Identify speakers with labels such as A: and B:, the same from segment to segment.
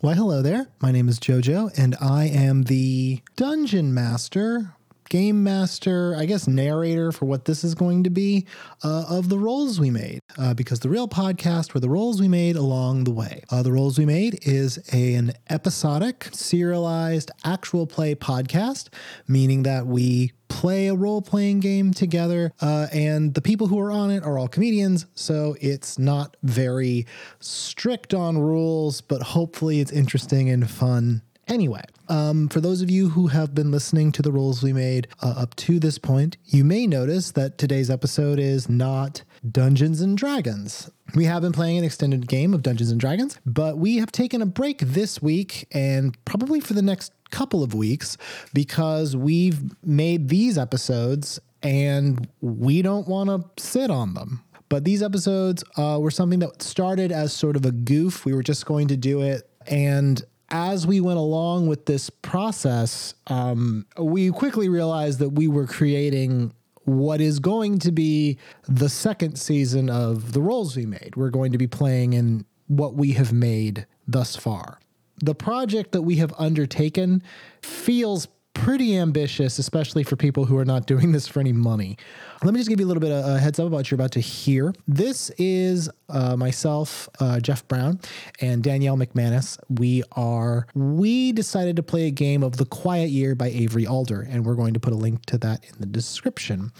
A: Why, hello there. My name is JoJo, and I am the dungeon master, game master, I guess narrator for what this is going to be uh, of the roles we made. Uh, because the real podcast were the roles we made along the way. Uh, the roles we made is a- an episodic, serialized, actual play podcast, meaning that we play a role playing game together, uh, and the people who are on it are all comedians, so it's not very strict on rules, but hopefully it's interesting and fun. Anyway, um, for those of you who have been listening to the rules we made uh, up to this point, you may notice that today's episode is not Dungeons and Dragons. We have been playing an extended game of Dungeons and Dragons, but we have taken a break this week and probably for the next couple of weeks because we've made these episodes and we don't want to sit on them. But these episodes uh, were something that started as sort of a goof. We were just going to do it. And as we went along with this process, um, we quickly realized that we were creating what is going to be the second season of the roles we made. We're going to be playing in what we have made thus far. The project that we have undertaken feels pretty ambitious, especially for people who are not doing this for any money. Let me just give you a little bit of a heads up about what you're about to hear. This is uh, myself, uh, Jeff Brown, and Danielle McManus. We are we decided to play a game of The Quiet Year by Avery Alder, and we're going to put a link to that in the description.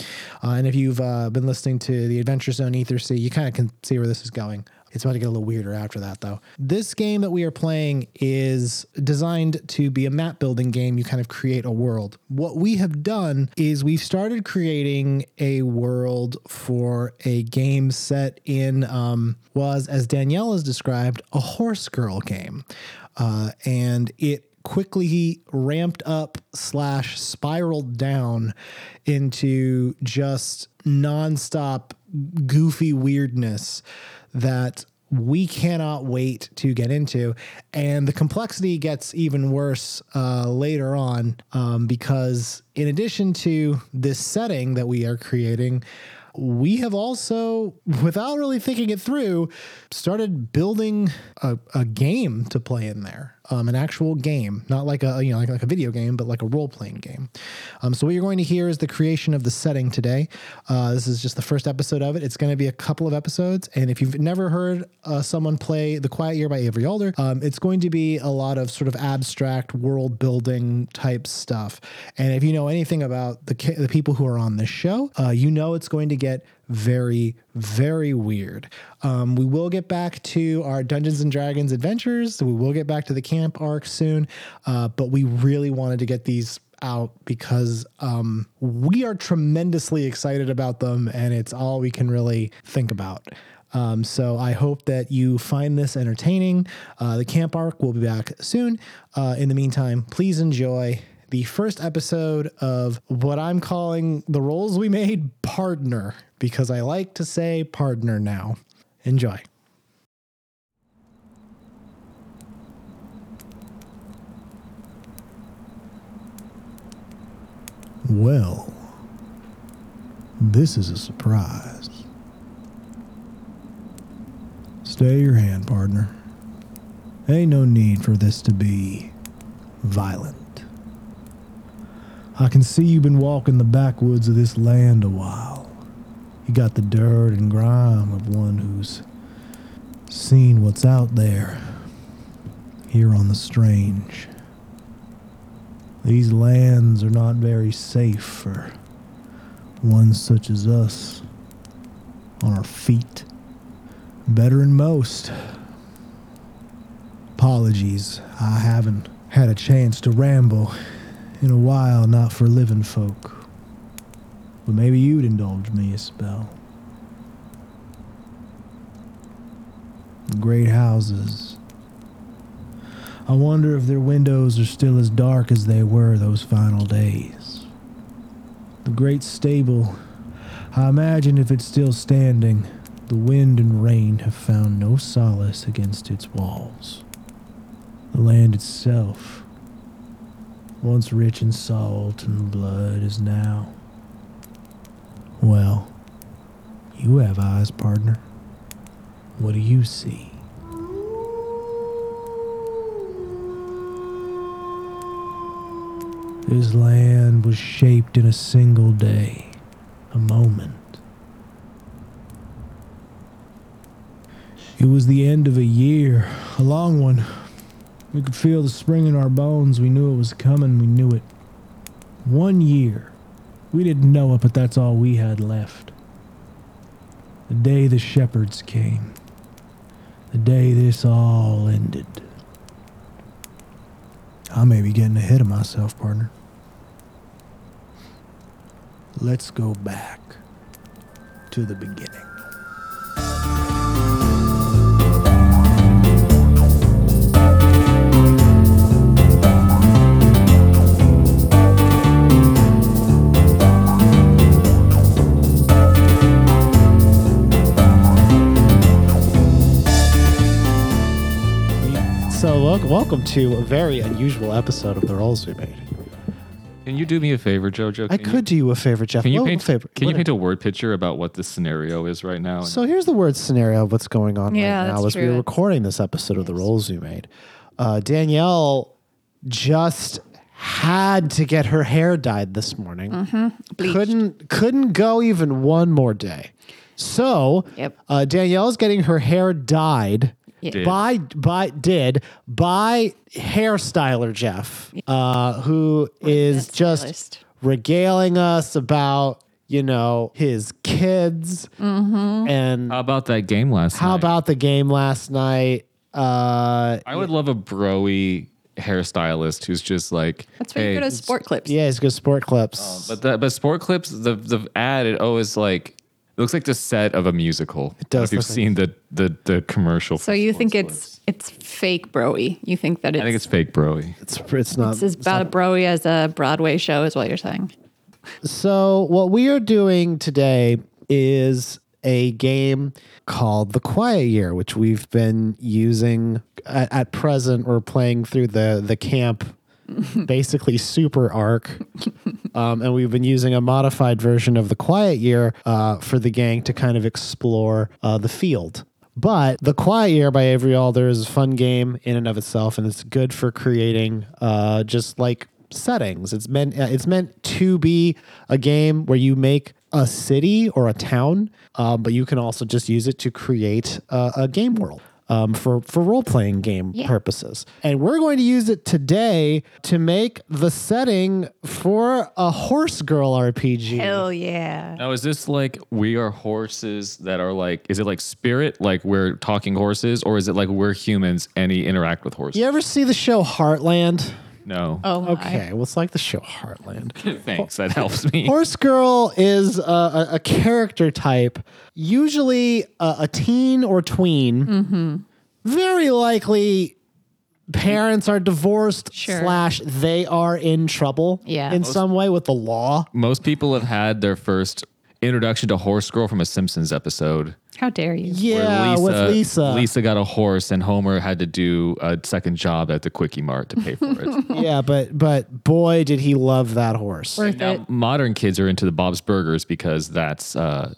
A: Uh, and if you've uh, been listening to the Adventure Zone Ether Sea, you kind of can see where this is going. It's about to get a little weirder after that, though. This game that we are playing is designed to be a map building game. You kind of create a world. What we have done is we've started creating a world for a game set in, um, was, as Danielle has described, a horse girl game. Uh, and it quickly ramped up slash spiraled down into just nonstop goofy weirdness that we cannot wait to get into. And the complexity gets even worse uh, later on um, because, in addition to this setting that we are creating, we have also, without really thinking it through, started building a, a game to play in there. Um, an actual game, not like a you know like, like a video game, but like a role playing game. Um, so what you're going to hear is the creation of the setting today. Uh, this is just the first episode of it. It's going to be a couple of episodes, and if you've never heard uh, someone play The Quiet Year by Avery Alder, um, it's going to be a lot of sort of abstract world building type stuff. And if you know anything about the ca- the people who are on this show, uh, you know it's going to get very, very weird. Um, we will get back to our Dungeons and Dragons adventures. We will get back to the camp arc soon, uh, but we really wanted to get these out because um, we are tremendously excited about them, and it's all we can really think about. Um, so I hope that you find this entertaining. Uh, the camp arc will be back soon. Uh, in the meantime, please enjoy the first episode of what I'm calling the roles we made partner because I like to say partner now. Enjoy. Well, this is a surprise. Stay your hand, partner. Ain't no need for this to be violent. I can see you've been walking the backwoods of this land a while. You got the dirt and grime of one who's seen what's out there here on the strange. These lands are not very safe for one such as us on our feet. Better than most. Apologies, I haven't had a chance to ramble in a while, not for living folk. But maybe you'd indulge me a spell. The great houses. I wonder if their windows are still as dark as they were those final days. The great stable. I imagine if it's still standing, the wind and rain have found no solace against its walls. The land itself, once rich in salt and blood, is now. Well, you have eyes, partner. What do you see?
B: This land was shaped in a single day, a moment. It was the end of a year, a long one. We could feel the spring in our bones. We knew it was coming. We knew it. One year. We didn't know it, but that's all we had left. The day the shepherds came. The day this all ended. I may be getting ahead of myself, partner. Let's go back to the beginning.
A: So, look, welcome to a very unusual episode of the Rolls We Made.
C: Can you do me a favor, Jojo? Can
A: I could do you a favor, Jeff.
C: Can you
A: Well,
C: paint?
A: favor,
C: can you
A: whatever.
C: paint a word picture about what this scenario is right now?
A: So here's the word scenario of what's going on
D: Yeah,
A: right now as
D: that's
A: we
D: true.
A: were recording this episode of The Rolls We Made. Uh, Danielle just had to get her hair dyed this morning.
D: Mm-hmm. Bleached.
A: Couldn't couldn't go even one more day. So
D: Yep.
A: uh, Danielle's getting her hair dyed.
D: Yeah.
C: Did.
A: By by did by hairstyler Jeff, uh, who is
D: that
A: just
D: stylist.
A: regaling us about you know his kids
D: Mm-hmm.
A: and
C: how about that game last night?
A: how about the game last night? Uh,
C: I would love a broy hairstylist who's just like,
D: That's where
C: hey, uh,
D: you go to sport clips.
A: yeah, it's good sport clips.
C: But the but sport clips, the the ad, it always like it looks like the set of a musical. It
A: does
C: If you've
A: look like-
C: seen the the the commercial.
D: So you think it's it's fake broy? You think that it's,
C: I think it's fake broy.
A: it's it's not
D: it's as bad a broy as a Broadway show is what you're saying?
A: So, what we are doing today is a game called The Quiet Year, which we've been using at, at present. We're playing through the the camp, basically super arc, um, and we've been using a modified version of The Quiet Year uh, for the gang to kind of explore uh, the field. But The Quiet Year by Avery Alder is a fun game in and of itself, and it's good for creating uh, just like settings. It's meant uh, it's meant to be a game where you make a city or a town, um, but you can also just use it to create uh, a game world. Um, for for role playing game purposes, and we're going to use it today to make the setting for a horse girl RPG.
D: Hell yeah!
C: Now is this like we are horses that are like is it like spirit like we're talking horses or is it like we're humans and you interact with horses?
A: You ever see the show Heartland?
C: No.
D: Oh my.
A: Okay, well it's like the show Heartland.
C: Thanks. That helps me.
A: Horse Girl is a, a, a character type, usually a, a teen or tween.
D: Mm-hmm.
A: Very likely, parents are divorced
D: Sure.
A: slash they are in trouble
D: Yeah.
A: in some way with the law.
C: Most people have had their first introduction to horse girl from a Simpsons episode.
D: How dare you?
A: Yeah, with Lisa.
C: Lisa got a horse, and Homer had to do a second job at the Quickie Mart to pay for it.
A: Yeah, but but boy, did he love that horse.
D: Worth it.
C: now, modern kids are into the Bob's Burgers because that's uh,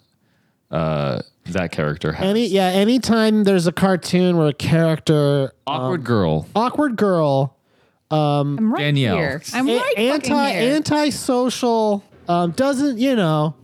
C: uh, that character has
A: Any yeah, anytime there's a cartoon where a character,
C: awkward girl.
A: awkward girl,
D: I'm right
C: Danielle.
D: here. I'm
A: a-
D: right fucking
A: anti
D: here.
A: antisocial, um, doesn't you know?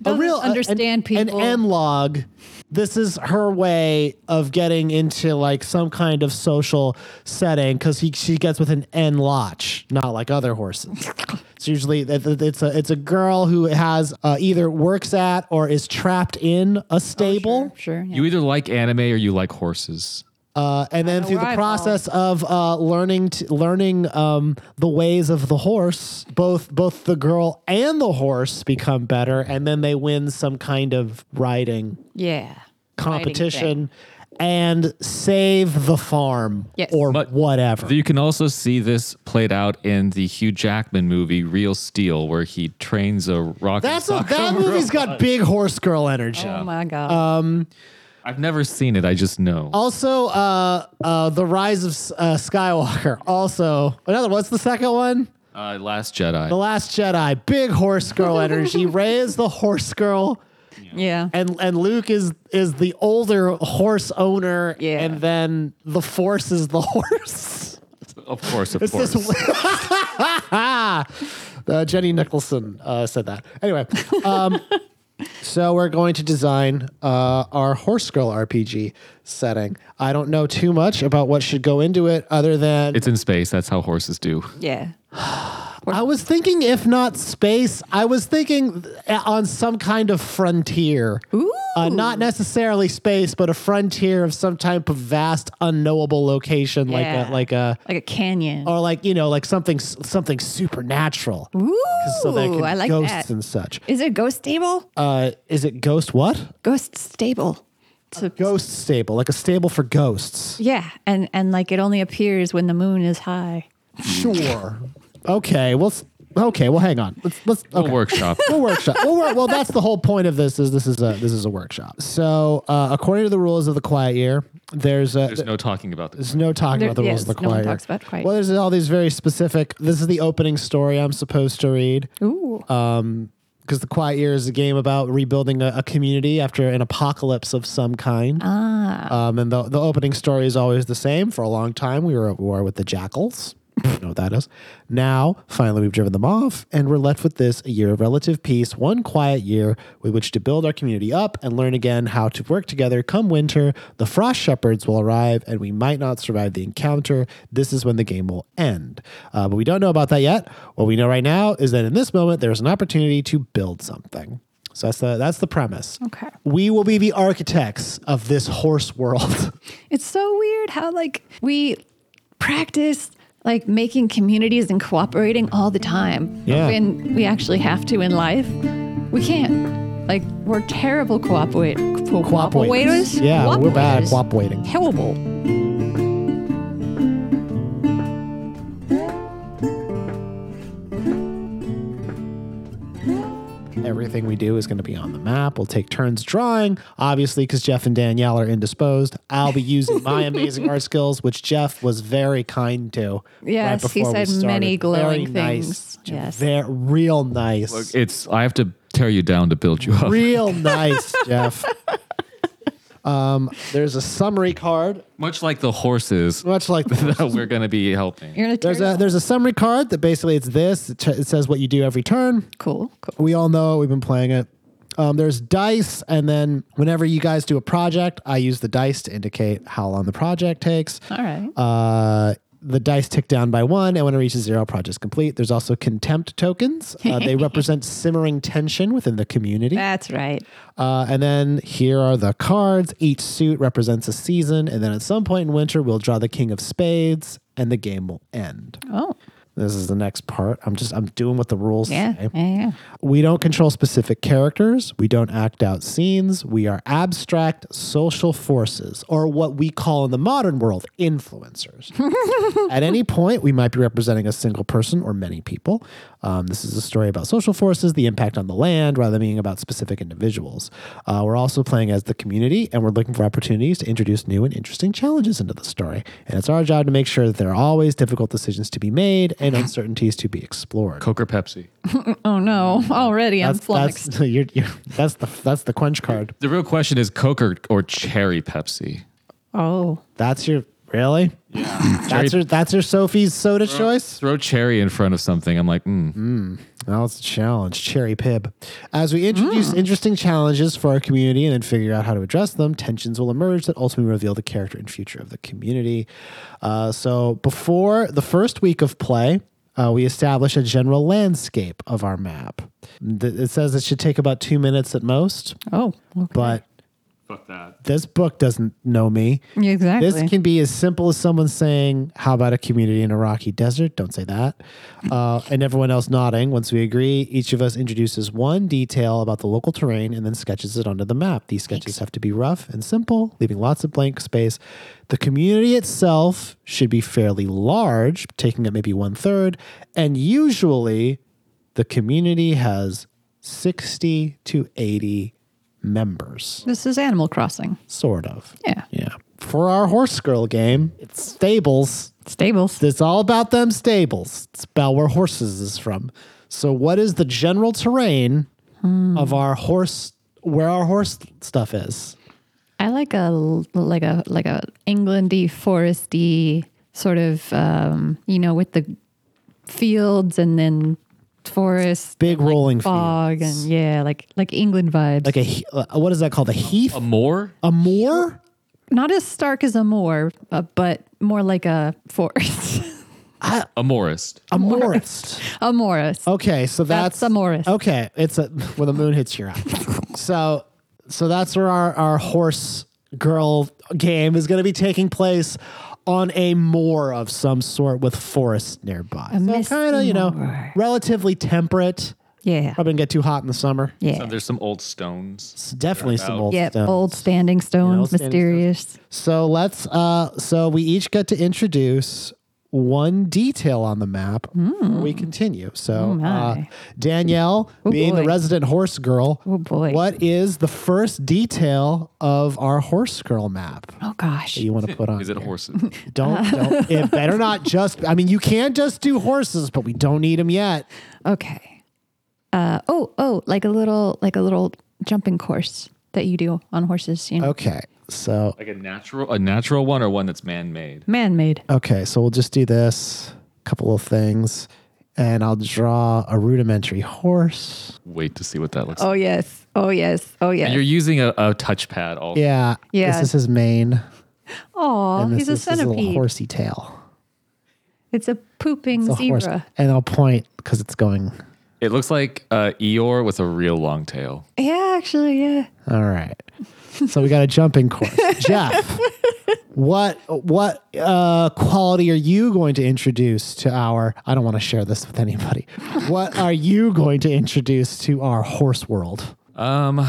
D: Doesn't
A: a-
D: understand
A: an,
D: people.
A: An M log. This is her way of getting into like some kind of social setting because she gets with an N lotch, not like other horses. it's usually it- it- it's a it's a girl who has uh, either works at or is trapped
D: Oh,
A: in a stable,
D: Sure. yeah.
C: You either like anime or you like horses.
A: uh, and then through the
D: Arrival.
A: process of uh, learning t- learning um, the ways of the horse, both both the girl and the horse become better, and then they win some kind of riding
D: yeah.
A: competition and save the farm
D: Yes.
A: or
C: But-
A: whatever.
C: You can also see this played out in the Hugh Jackman movie Real Steel, where he trains a rocket.
A: That's a, that movie's got big horse girl energy.
D: Oh my god.
C: I've never seen it. I just know.
A: Also, uh, uh, the rise of S- uh, Skywalker. Also, another. What's the second one?
C: Uh, Last Jedi.
A: The Last Jedi. Big horse girl energy. Rey is the horse girl,
D: yeah.
A: and and Luke is is the older horse owner,
D: Yeah.
A: and then the Force is the horse.
C: Of course, of
A: It's
C: course.
A: this
E: uh, Jenny Nicholson uh, said that. Anyway, um, so we're going to design uh, our Horse Girl RPG setting. I don't know too much about what should go into it, other than
C: It's in space. That's how horses do.
D: Yeah.
E: I was thinking, if not space, I was thinking uh, on some kind of frontier.
D: Ooh.
E: Uh, not necessarily space, but a frontier of some type of vast, unknowable location, like
D: Yeah.
E: a, like a,
D: like a canyon.
E: or like you know, like something s- something supernatural.
D: Ooh.
E: so that can
D: I like
E: ghosts
D: that.
E: and such.
D: Is it ghost stable?
E: Uh, is it ghost what?
D: Ghost stable. So,
E: Ghost stable, like a stable for ghosts.
D: yeah, and and like it only appears when the moon is high.
E: Sure. okay. Well. s- Okay. Well, hang on. Let's let's
C: A
E: okay.
C: workshop.
E: We'll workshop. Well, we're, well, that's the whole point of this. Is this is a this is a workshop. So uh, according to the rules of the Quiet Year, there's a
C: There's no talking about this.
E: There's no talking
D: There-
E: about the
D: yes,
E: rules of the choir.
D: no one talks about choir.
E: Well, there's all these very specific. This is the opening story I'm supposed to read.
D: Ooh.
E: Because the Quiet Year is a game about rebuilding a, a community after an apocalypse of some kind. Ah. Um, and the, the opening story is always the same. For a long time, we were at war with the jackals. you know what that is. Now, finally, we've driven them off, and we're left with this a year of relative peace, one quiet year with which to build our community up and learn again how to work together. Come winter, the frost shepherds will arrive, and we might not survive the encounter. This is when the game will end. Uh, but we don't know about that yet. What we know right now is that in this moment, there's an opportunity to build something. So that's the that's the premise.
D: Okay.
E: We will be the architects of this horse world.
D: It's so weird how like we practice like making communities and cooperating all the time. But
E: Yeah.
D: When we actually have to in life, we can't. Like we're terrible cooperate co- cooperators.
E: Yeah, we're bad at
D: Cooperators.
E: quap waiting.
D: Terrible.
E: Everything we do is going to be on the map. We'll take turns drawing, obviously, because Jeff and Danielle are indisposed. I'll be using my amazing art skills, which Jeff was very kind to.
D: Yes, he
E: before we
D: said many
E: started.
D: glowing
E: Very
D: things.
E: Nice.
D: Yes.
E: Ver- real nice.
C: It's I have to tear you down to build you up.
E: Real nice, Jeff. Um, there's a summary card,
C: Much like the horses
E: much like the
C: that we're gonna be helping.
D: You're gonna
E: There's a there's a summary card that basically it's this. It, t- it says what you do every turn.
D: cool. cool.
E: We all know it. We've been playing it. Um, there's dice, and then whenever you guys do a project, I use the dice to indicate how long the project takes.
D: All right.
E: Uh, the dice tick down by one, and when it reaches zero, project's complete. There's also contempt tokens. Uh, they represent simmering tension within the community.
D: That's right.
E: Uh, and then here are the cards. Each suit represents a season, and then at some point in winter, we'll draw the king of spades, and the game will end.
D: Oh,
E: This is the next part. I'm just I'm doing what the rules
D: yeah.
E: say.
D: Yeah. yeah.
E: We don't control specific characters. We don't act out scenes. We are abstract social forces, or what we call in the modern world influencers. At any point, we might be representing a single person or many people. Um, this is a story about social forces, the impact on the land, rather than being about specific individuals. Uh, we're also playing as the community, and we're looking for opportunities to introduce new and interesting challenges into the story. And it's our job to make sure that there are always difficult decisions to be made and uncertainties to be explored.
C: Coke or Pepsi.
D: Oh no! Already I'm flummoxed.
E: That's, you're, you're, that's the that's the quench card.
C: The real question is Coke or, or cherry Pepsi.
D: Oh,
E: That's your really. that's your that's your Sophie's soda choice.
C: Throw cherry in front of something. I'm like, mm,
E: Well, it's a challenge, cherry pib. As we introduce
D: Mm.
E: interesting challenges for our community and then figure out how to address them, tensions will emerge that ultimately reveal the character and future of the community. Uh, so before the first week of play. Uh, we establish a general landscape of our map. Th- It says it should take about two minutes at most,
D: oh, okay.
E: but
C: fuck that.
E: this book doesn't know me.
D: Yeah, exactly.
E: This can be as simple as someone saying, How about a community in a rocky desert? Don't say that. Uh, and everyone else nodding. Once we agree, each of us introduces one detail about the local terrain and then sketches it onto the map. These sketches have to be rough and simple, leaving lots of blank space. The community itself should be fairly large, taking up maybe one third. And usually, the community has 60 to 80 members
D: this is Animal Crossing.
E: sort of.
D: Yeah.
E: Yeah. For our horse girl game, it's stables.
D: Stables.
E: It's all about them stables. It's about where horses is from. So what is the general terrain of our horse where our horse stuff is?
D: I like a like a like a Englandy foresty sort of um, you know with the fields and then forests,
E: Big rolling
D: fog,
E: fields.
D: and yeah, like like England vibes.
E: like a he- uh, what is that called? A heath,
C: A moor?
E: a moor.
D: Not as stark as a moor, uh, but more like a forest,
C: A moorist.
E: A morist.
D: a morris.
E: Okay, so that's,
D: That's a morris.
E: Okay, it's a when the moon hits your eye. so, so that's where our our horse girl game is going to be taking place on a moor of some sort with forest nearby. so
D: misty
E: kind of you know
D: moor.
E: relatively temperate.
D: Yeah,
E: Probably gonna get too hot in the summer.
D: yeah,
C: So there's some old stones.
E: It's definitely some
C: Thereabout.
E: old
D: yeah.
E: stuff.
D: Old standing
E: Yeah,
D: stones,
E: old standing
D: mysterious.
E: So let's uh so we each get to introduce one detail on the map. before We continue. So uh,
D: Mm. Oh, my. Oh,
E: Danielle, being the
D: boy.
E: resident horse girl,
D: Oh, boy.
E: what is the first detail of our horse girl map
D: Oh gosh,
E: that you want to put on?
C: Is it
E: here?
C: horses?
E: Don't, don't it better not just. I mean, you can just do horses, but we don't need them yet.
D: Okay. Uh, oh, oh, like a little, like a little jumping course that you do on horses. You know,
E: Okay, so
C: like a natural a natural one or one that's man-made?
D: man-made.
E: Okay, so we'll just do this, a couple of things, and I'll draw a rudimentary horse.
C: Wait to see what that looks like.
D: Oh yes, oh yes, oh
C: And you're
D: yes.
C: using a, a touchpad all
E: Yeah,
D: Yeah.
E: This is his mane.
D: Oh,
E: and this
D: he's a
E: is his little
D: centipede.
E: horsey tail.
D: It's a pooping
E: It's a
D: zebra.
E: horse, and I'll point because it's going.
C: It looks like uh, Eeyore with a real long tail.
D: Yeah, actually, yeah.
E: All right, so we got a jumping course. Jeff, what what uh, quality are you going to introduce to our? I don't want to share this with anybody. What are you going to introduce to our horse world?
C: Um,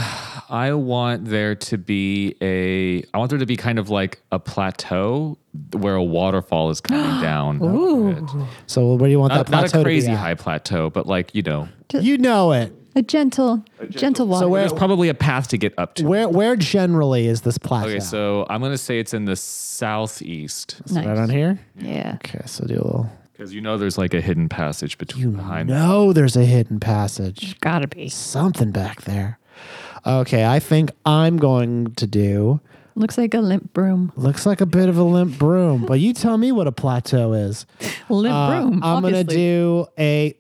C: I want there to be a. I want there to be kind of like a plateau where a waterfall is coming down. Ooh.
E: So where do you want
C: Not,
E: that
C: not
E: plateau
C: a crazy
E: to be? at?
C: high plateau, but like you know,
E: You know it.
D: A gentle, gentle, walk.
E: So where
C: there's probably a path to get up to.
E: Where where generally is this plateau?
C: okay, so I'm gonna say it's in the southeast
D: nice.
E: right on here.
D: Yeah.
E: Okay, so do a little.
C: because you know there's like a hidden passage between behind.
E: No, there's a hidden passage.
D: Gotta be.
E: Something back there. Okay, I think I'm going to do.
D: Looks like a limp broom.
E: Looks like a bit of a limp broom, but you tell me what a plateau is.
D: Limp
E: Uh,
D: broom.
E: I'm gonna
D: obviously.
E: do a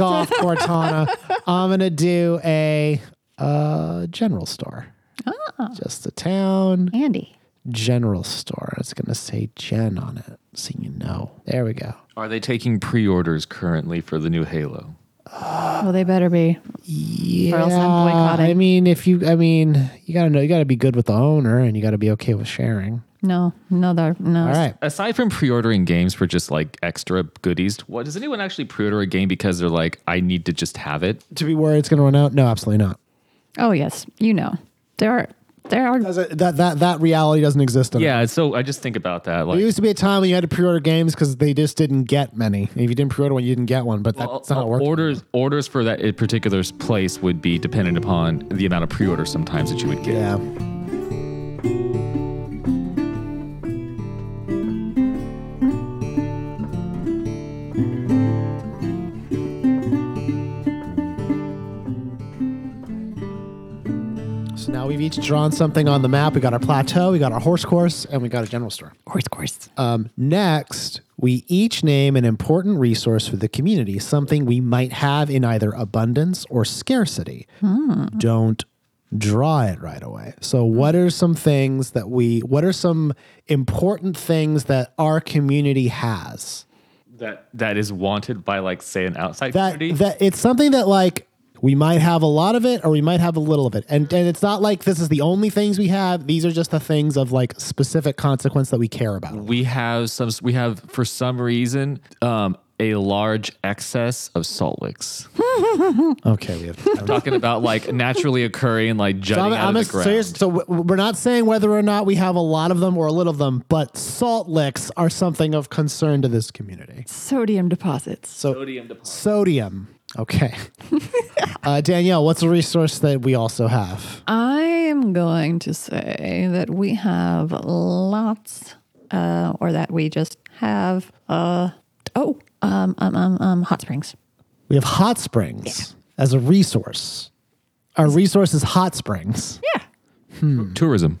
E: off, Cortana. I'm gonna do a uh, general store.
D: Ah.
E: Just a town.
D: Andy.
E: general store. It's going to say Gen on it. So you know. There we go.
C: Are they taking pre-orders currently for the new Halo?
D: Well, they better be.
E: Yeah.
D: else I'm boycotting.
E: I mean, if you, I mean, you got to know, you got to be good with the owner and you got to be okay with sharing.
D: No, no, they're no.
E: All right.
C: Aside from pre-ordering games for just like extra goodies, what does anyone actually pre-order a game because they're like, I need to just have it?
E: To be worried it's going to run out? No, absolutely not.
D: Oh yes, you know there are there are
E: Does it- That, that, that reality doesn't exist. anymore.
C: Yeah, so I just think about that.
E: There
C: Like,
E: used to be a time when you had to pre-order games because they just didn't get many. If you didn't pre-order one, you didn't get one. But that's not how it works.
C: orders orders for that i- particular s- place would be dependent upon the amount of pre-orders sometimes that you would get.
E: Yeah. So now we've each drawn something on the map. We got our plateau, we got our horse course, and we got a general store.
D: horse course.
E: Um, next, we each name an important resource for the community, something we might have in either abundance or scarcity. Hmm. Don't draw it right away. So, what are some things that we, what are some important things that our community has?
C: That that is wanted by like say an outside
E: That,
C: community.
E: that it's something that like, we might have a lot of it or we might have a little of it. And, and it's not like this is the only things we have. These are just the things of like specific consequence that we care about.
C: we have some s- we have for some reason um a large excess of salt licks.
E: Okay, we have. um,
C: Talking about like naturally occurring like
E: So,
C: jutting
E: I'm,
C: out
E: I'm
C: of
E: a-
C: the ground.
E: so here's- so w- w- we're not saying whether or not we have a lot of them or a little of them, but salt licks are something of concern to this community.
D: Sodium deposits.
E: So sodium. Okay. uh, Danielle, what's a resource that we also have?
D: I am going to say that we have lots, uh, or that we just have. Uh, oh, um, um, um, um, hot springs.
E: We have hot springs as a resource. Our resource is hot springs.
D: Yeah.
C: tourism.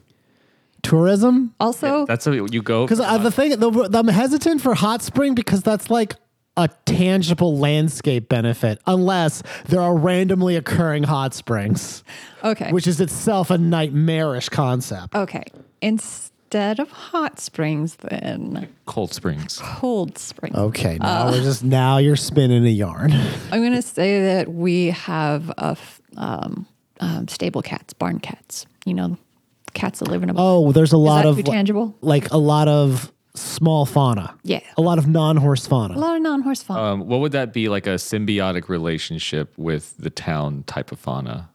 E: Tourism?
D: Also,
C: That's how you go. Uh-huh.
E: Because uh, the thing, the, I'm hesitant for hot spring because that's like a tangible landscape benefit unless there are randomly occurring hot springs,
D: Okay.
E: which is itself a nightmarish concept.
D: okay. Instead of hot springs, then
C: Cold Springs.
D: cold springs.
E: Okay,
D: Oh.
E: now we're just now you're spinning a yarn.
D: I'm going to say that we have a f- um, um, stable cats, barn cats. You know, cats that live in a barn.
E: Oh, there's a lot
D: that
E: of
D: too tangible?
E: like a lot of small fauna.
D: Yeah.
E: a lot of non-horse
D: A
E: fauna.
D: lot of non-horse fauna.
C: Um, what would that be like a symbiotic relationship with the town type of fauna?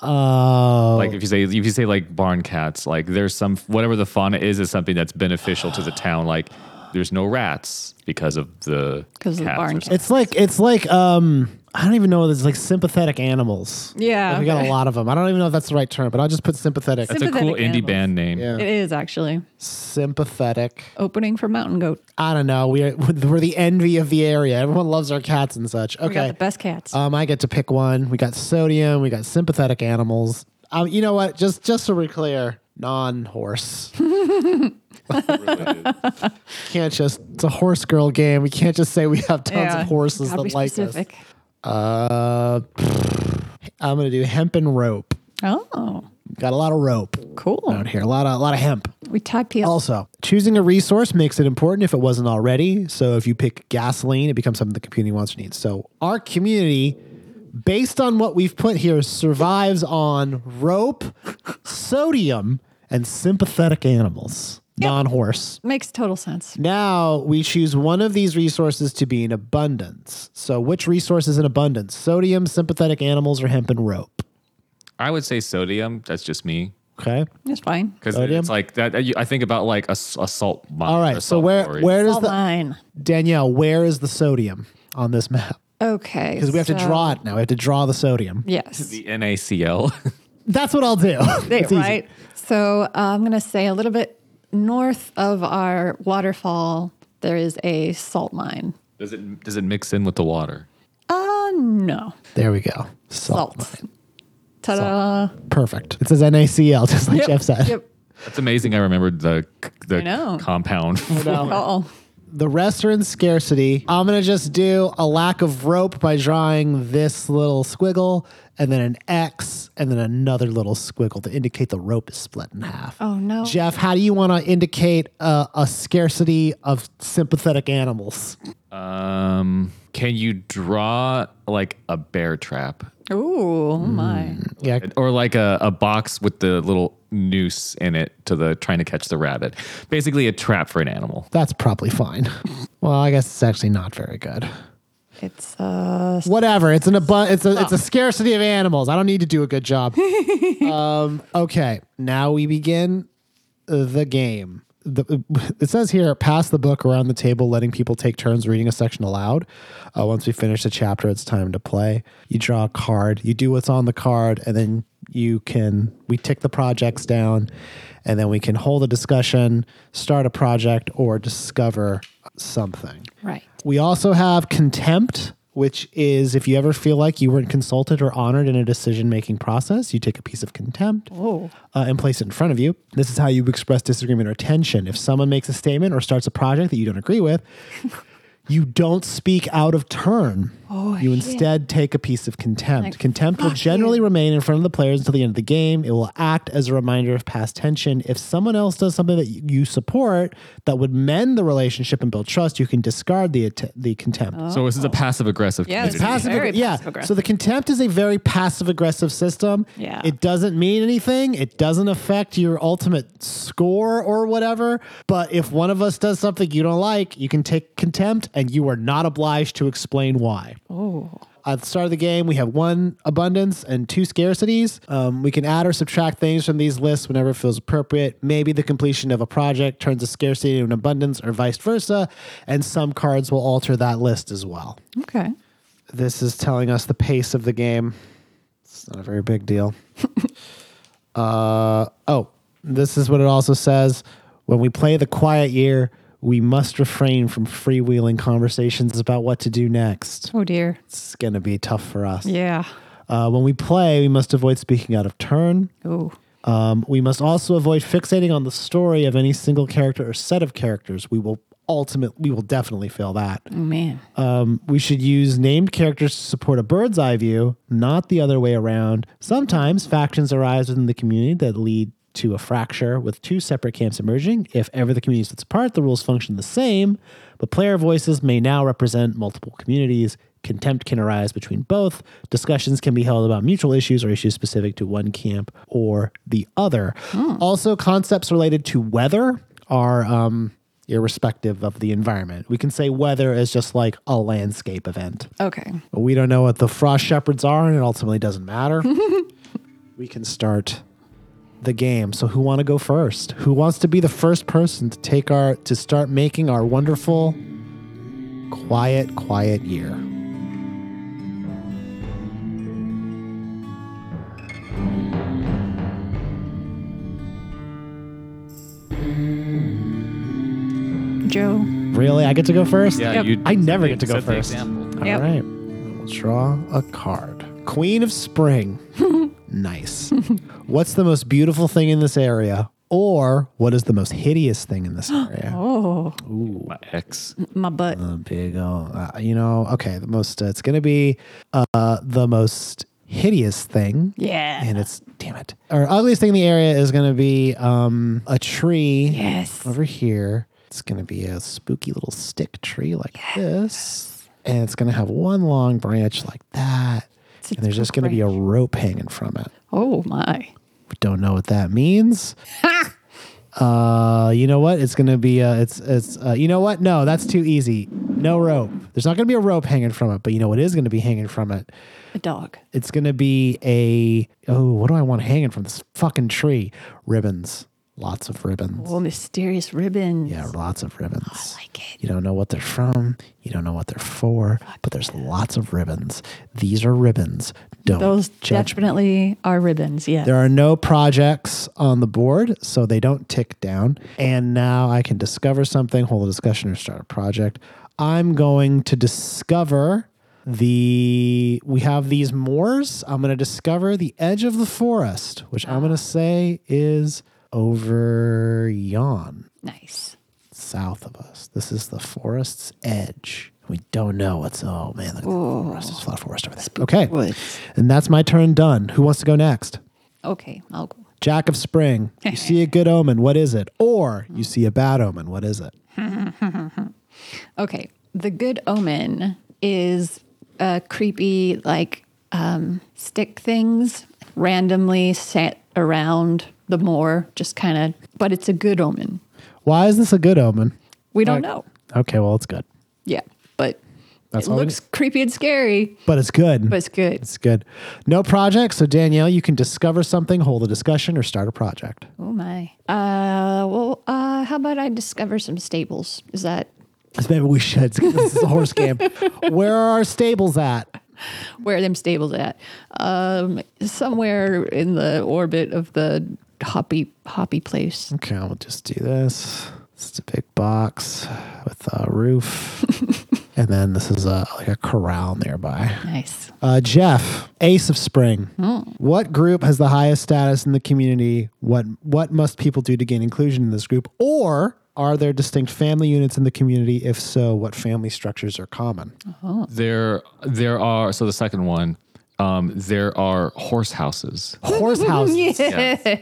E: Uh,
C: Like if you say if you say like barn cats, like there's some whatever the fauna is is something that's beneficial to the town. Like there's no rats because of the
D: 'Cause of the
C: cats
D: barn
C: or
D: cats.
C: something.
E: it's like it's like um I don't even know. There's like sympathetic animals.
D: Yeah,
E: Like, we got a
D: okay.
E: lot of them. I don't even know if that's the right term, but I'll just put sympathetic.
C: It's a cool
D: sympathetic
C: indie
D: animals.
C: band name.
E: Yeah.
D: it is actually
E: sympathetic.
D: opening for mountain goat.
E: I don't know. We are, we're the envy of the area. Everyone loves our cats and such.
D: We got
E: Okay.
D: the best cats.
E: Um, I get to pick one. We got sodium. We got sympathetic animals. Um, you know what? Just just so we're clear, non-horse. can't just. It's a horse girl game. We can't just say we have tons
D: Yeah.
E: of horses
D: Gotta be
E: that like
D: specific.
E: us. Uh, I'm gonna do hemp and rope.
D: Oh,
E: Got a lot of rope
D: cool.
E: out here. A lot of a lot of hemp.
D: We tie PL.
E: Also, choosing a resource makes it important if it wasn't already. So if you pick gasoline, it becomes something the community wants or needs. So our community, based on what we've put here, survives on rope, sodium, and sympathetic animals, non horse.
D: Makes total sense.
E: Now we choose one of these resources to be in abundance. So which resource is in abundance? Sodium, sympathetic animals, or hemp and rope?
C: I would say sodium. That's just me.
E: Okay.
D: It's fine.
C: Because
E: Sodium?
C: it's like that. you- I think about like a, s- a salt mine.
E: All
C: or
E: right. So
C: salt
E: where
C: quarry.
E: where does
D: All
E: the
D: mine.
E: Danielle, where is the sodium on this map?
D: Okay.
E: Because we have to
D: so-
E: draw it now. We have to draw the sodium.
D: Yes.
C: the NaCl?
E: That's what I'll do.
D: They-
E: It's easy.
D: right. So uh, I'm going to say a little bit north of our waterfall, there is a salt mine.
C: does it does it mix in with the water?
D: Uh, no.
E: There we go. Salt.
D: Salt. Ta da.
E: Perfect. It says NaCl, just like Jeff said.
D: Yep.
C: That's amazing. I remembered the c-
D: I know.
C: the compound.
D: Oh,
E: The rest are in scarcity. I'm going to just do a lack of rope by drawing this little squiggle and then an X and then another little squiggle to indicate the rope is split in half.
D: oh no.
E: Jeff, how do you want to indicate uh, a scarcity of sympathetic animals?
C: Um, can you draw like a bear trap
D: Ooh, oh my.
E: Yeah.
C: or like a, a box with the little noose in it to the trying to catch the rabbit? Basically, a trap for an animal.
E: That's probably fine. Well, I guess it's actually not very good.
D: It's uh,
E: whatever. It's an abu- It's a it's a scarcity of animals. I don't need to do a good job. um, okay, now we begin the game. The, it says here, pass the book around the table, letting people take turns reading a section aloud. Uh, once we finish the chapter, it's time to play. You draw a card, you do what's on the card, and then you can we tick the projects down, and then we can hold a discussion, start a project, or discover something.
D: right.
E: We also have contempt, which is if you ever feel like you weren't consulted or honored in a decision making process, you take a piece of contempt uh, and place it in front of you. This is how you express disagreement or tension. If someone makes a statement or starts a project that you don't agree with, you don't speak out of turn. you instead take a piece of contempt. contempt will generally remain in front of the players until the end of the game. It will act as a reminder of past tension. If someone else does something that y- you support that would mend the relationship and build trust, you can discard the att- the contempt.
C: So this is a passive aggressive.
D: Yeah, it's
C: community.
E: Passive,
D: Very
E: aggr- yeah.
D: passive-aggressive.
E: So the contempt is a very passive aggressive system.
D: Yeah.
E: It doesn't mean anything. It doesn't affect your ultimate score or whatever. But if one of us does something you don't like, you can take contempt, and you are not obliged to explain why. At the start of the game, we have one abundance and two scarcities. Um, we can add or subtract things from these lists whenever it feels appropriate. Maybe the completion of a project turns a scarcity into an abundance, or vice versa. And some cards will alter that list as well
D: Okay.
E: this is telling us the pace of the game. It's not a very big deal. uh, oh, this is what it also says. When we play the quiet year, we must refrain from freewheeling conversations about what to do next.
D: Oh dear.
E: It's going to be tough for us.
D: Yeah.
E: Uh, when we play, we must avoid speaking out of turn.
D: Ooh.
E: Um, we must also avoid fixating on the story of any single character or set of characters. We will ultimate we will definitely fail that.
D: Oh, man.
E: Um, we should use named characters to support a bird's eye view, not the other way around. Sometimes factions arise within the community that lead to a fracture with two separate camps emerging. If ever the community splits apart, the rules function the same, but player voices may now represent multiple communities. Contempt can arise between both. Discussions can be held about mutual issues or issues specific to one camp or the other. Also, concepts related to weather are um, irrespective of the environment. We can say weather is just like a landscape event.
D: Okay.
E: But we don't know what the frost shepherds are, and it ultimately doesn't matter. we can start the game. So who want to go first? Who wants to be the first person to take our to start making our wonderful quiet quiet year?
D: Joe.
E: Really? I get to go first?
C: Yeah,
D: Yep.
C: you.
E: I never get to go
C: set the
E: first.
C: example.
E: All
D: Yep.
E: right. We'll draw a card. Queen of Spring. nice. What's the most beautiful thing in this area? Or what is the most hideous thing in this area?
D: Oh,
C: My ex.
D: my butt.
E: A big ol' uh, you know, okay, the most, uh, it's going to be uh, the most hideous thing.
D: Yeah.
E: And it's, damn it. Or ugliest thing in the area is going to be um, a tree
D: yes.
E: over here. It's going to be a spooky little stick tree like this. And it's going to have one long branch like that.
D: a
E: and there's just going to be a rope hanging from it.
D: Oh, my.
E: We don't know what that means. Uh, you know what? It's gonna be uh, it's it's uh, you know what? No, that's too easy. No rope. There's not gonna be a rope hanging from it, but you know what is gonna be hanging from it?
D: A dog.
E: It's gonna be a oh, what do I want hanging from this fucking tree? Ribbons, lots of ribbons.
D: Oh, mysterious ribbons.
E: Yeah, lots of ribbons.
D: like it.
E: You don't know what they're from. You don't know what they're for. But there's lots of ribbons. These are ribbons. Don't
D: Those
E: judge. me.
D: definitely are ribbons. Yes.
E: There are no projects on the board, so they don't tick down. And now I can discover something, hold a discussion, or start a project. I'm going to discover the. We have these moors. I'm going to discover the edge of the forest, which I'm going
D: Ah.
E: to say is over yon
D: nice.
E: south of us. This is the forest's edge. We don't know what's oh man, look at the forest. There's a lot of forest over there. okay.
D: woods.
E: And that's my turn done. Who wants to go next?
D: Okay, I'll go.
E: Jack of Spring. You see a good omen, what is it? Or you see a bad omen, what is it?
D: Okay. The good omen is uh, creepy, like um, stick things randomly set around the moor, just kind of, but it's a good omen.
E: Why is this a good omen?
D: We don't
E: Right.
D: know.
E: Okay, well it's good.
D: Yeah, but
E: That's
D: it
E: all we
D: looks creepy and scary,
E: But it's good.
D: but it's good.
E: it's good. No project. So Danielle, you can discover something, hold a discussion, or start a project.
D: Oh my. Uh, well, uh, how about I discover some stables? Is that
E: Maybe we should. This is a horse camp. Where are our stables at?
D: where are them stables at? Um, somewhere in the orbit of the hoppy hoppy place.
E: Okay, we'll just do this. It's a big box with a roof, and then this is a like a corral nearby.
D: Nice.
E: Uh, Jeff, Ace of Spring. What group has the highest status in the community? What what must people do to gain inclusion in this group? Or are there distinct family units in the community? If so, what family structures are common?
C: There, there are. So the second one, um, there are horse houses.
E: Horse houses.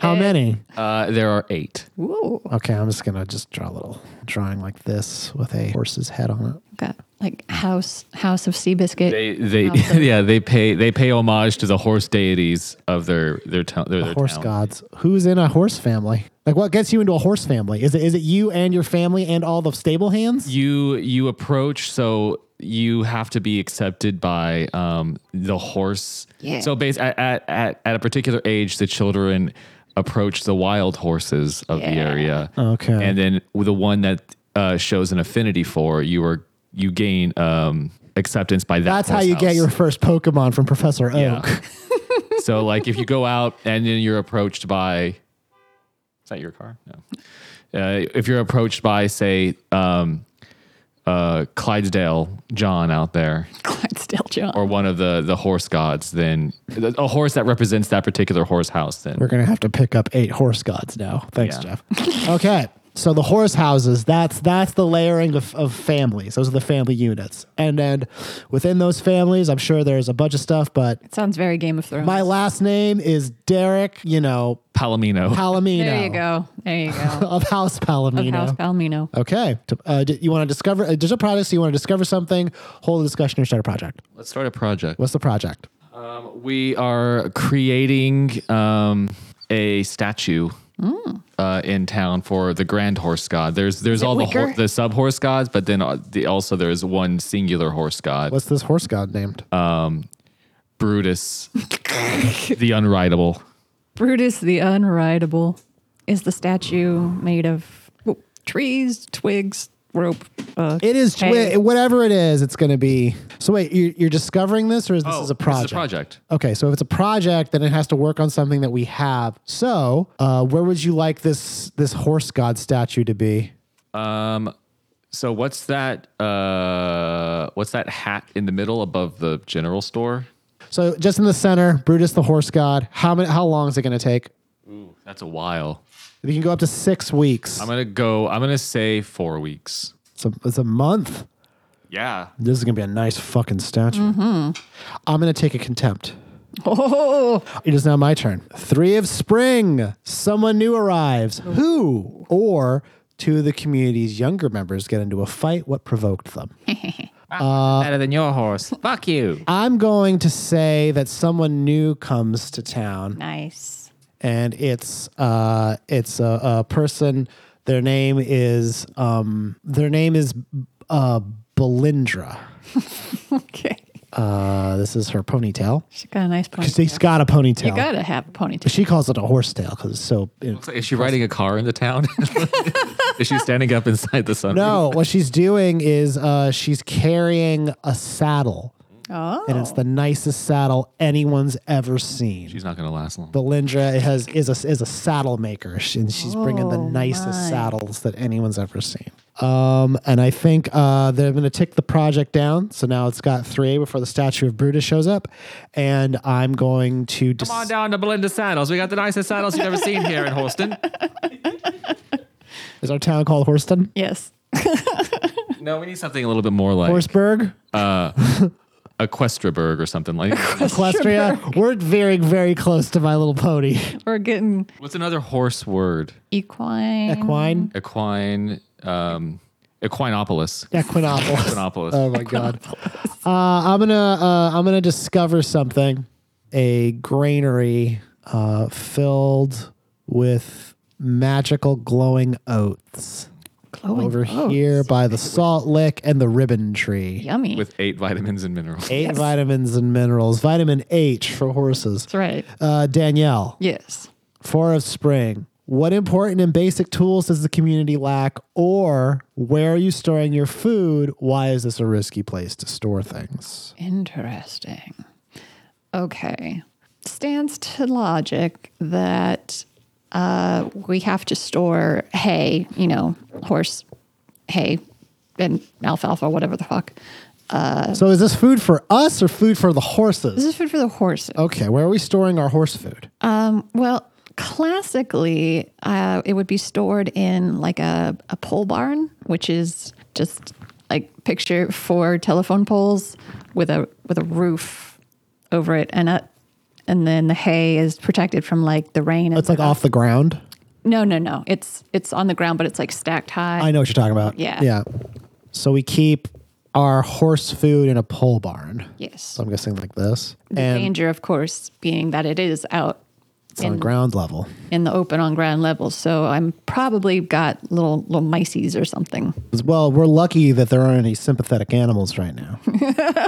E: How many?
C: Uh, there are eight.
D: Whoa.
E: Okay, I'm just gonna just draw a little drawing like this with a horse's head on it.
D: Got like house house of Seabiscuit.
C: They, they, yeah, they pay, they pay homage to the horse deities of their their town. Their, their
E: horse
C: town.
E: gods. Who's in a horse family? Like, what gets you into a horse family? Is it is it you and your family and all the stable hands?
C: you you approach so you have to be accepted by um, the horse.
D: Yeah.
C: So based at, at, at, at a particular age, the children approach the wild horses of the
D: Yeah.
C: area.
E: Okay.
C: And then with the one that uh, shows an affinity for you are you gain um, acceptance by that.
E: That's how
C: horse
E: you get
C: house.
E: your first Pokemon from Professor Oak.
C: Yeah. so like if you go out and then you're approached by is that your car? No. Uh, if you're approached by say um, uh, Clydesdale John out there
D: Clydesdale John.
C: or one of the the horse gods, then a horse that represents that particular horse house, then
E: We're gonna have to pick up eight horse gods now. Thanks,
C: Yeah.
E: Jeff. okay. So the horse houses, that's that's the layering of, of families. Those are the family units. And then within those families, I'm sure there's a bunch of stuff, but
D: It sounds very Game of Thrones.
E: my last name is Derek, you know,
C: Palomino.
E: Palomino.
D: there you go. There you go.
E: Of House Palomino.
D: Of House Palomino.
E: Okay. T- Uh, d- you want to discover a digital product, so you want to discover something, hold a discussion, or start a project.
C: Let's start a project.
E: What's the project?
C: Um, we are creating um, a statue uh, in town for the Grand Horse God. There's there's all the
D: wicker?
C: hor- the sub horse gods, but then uh, the, also there's one singular horse god,
E: What's this horse god named?
C: Brutus, the unridable.
D: Brutus the Unridable is the statue made of oh, trees, twigs, rope. Uh,
E: it is twi-
D: Hey.
E: whatever it is. It's going to be. So wait, you're, you're discovering this, or is Oh, this is a project?
C: Oh, This is a project.
E: Okay, so if it's a project, then it has to work on something that we have. So, uh, where would you like this this horse god statue to be?
C: So what's that? Uh, what's that hat in the middle above the general store?
E: So, just in the center, Brutus the horse god. How many? How long is it going to take?
C: That's a while.
E: You can go up to six weeks.
C: I'm gonna go. I'm gonna say four weeks.
E: It's a, it's a month.
C: Yeah.
E: This is gonna be a nice fucking statue. I'm gonna take a contempt.
D: Mm-hmm. oh,
E: It is now my turn. Three of spring. Someone new arrives. Who or two of the community's younger members get into a fight? What provoked them? Uh,
C: Better than your horse. Fuck you.
E: I'm going to say that someone new comes to town,
D: nice.
E: and it's uh, it's a, a person. Their name is um, their name is uh, Belindra.
D: Okay.
E: Uh, this is her ponytail.
D: She got a nice
E: She's
D: ponytail.
E: got a ponytail.
D: You gotta have a ponytail.
E: She calls it a horse tail because it's so.
C: Is she riding a car into town? Is she standing up inside the sun?
E: no, what she's doing is uh, she's carrying a saddle,
D: Oh,
E: and it's the nicest saddle anyone's ever seen.
C: She's not gonna last long.
E: Belindra has is a is a saddle maker, sh- and she's bringing the
D: Oh,
E: nicest
D: my.
E: saddles that anyone's ever seen. Um, and I think uh, they're going to tick the project down. So now it's got three before the statue of Brutus shows up, and I'm going to. Dis-
C: down to Belinda Saddles. We got the nicest saddles you've ever seen here in Holston.
E: is our town called Horston?
D: yes.
C: No, we need something a little bit more like
E: Horseburg.
C: Equestraburg or something like.
E: Equestria. We're very, very close to My Little Pony.
D: We're getting
C: What's another horse word?
D: equine.
E: Equine.
C: Equine. Um, equinopolis.
E: Equinopolis.
C: Equinopolis.
E: Oh my god. Uh, I'm gonna uh, I'm gonna discover something. A granary uh, filled with magical glowing oats
D: Glowing
E: over
D: oats.
E: here by the salt lick and the ribbon tree.
D: Yummy.
C: With eight vitamins and minerals.
E: Eight vitamins and minerals. Vitamin H for horses.
D: That's right.
E: Uh, Danielle.
D: Yes.
E: Four of Spring. What important and basic tools does the community lack? Or where are you storing your food? Why is this a risky place to store things?
D: Interesting. Okay. Stands to logic that uh, we have to store hay, you know, horse hay and alfalfa, whatever the fuck.
E: So is this food for us or food for the
D: Um, This
E: horses?
D: is food for the horses.
E: Okay, where are we storing our horse food?
D: Well, classically, uh, it would be stored in like a, a pole barn, which is just like picture four telephone poles with a with a roof over it, and a, and then the hay is protected from like the rain. And
E: Oh, It's like off the ground.
D: no, no, no. It's it's on the ground, but it's like stacked high.
E: I know what you're talking about.
D: Yeah.
E: Yeah. So we keep our horse food in a pole barn.
D: Yes.
E: So I'm guessing like this.
D: the
E: and
D: danger, of course, being that it is out
E: it's on ground level.
D: in the open on ground level. So I'm probably got little little mices or something.
E: Well, we're lucky that there aren't any sympathetic animals right now.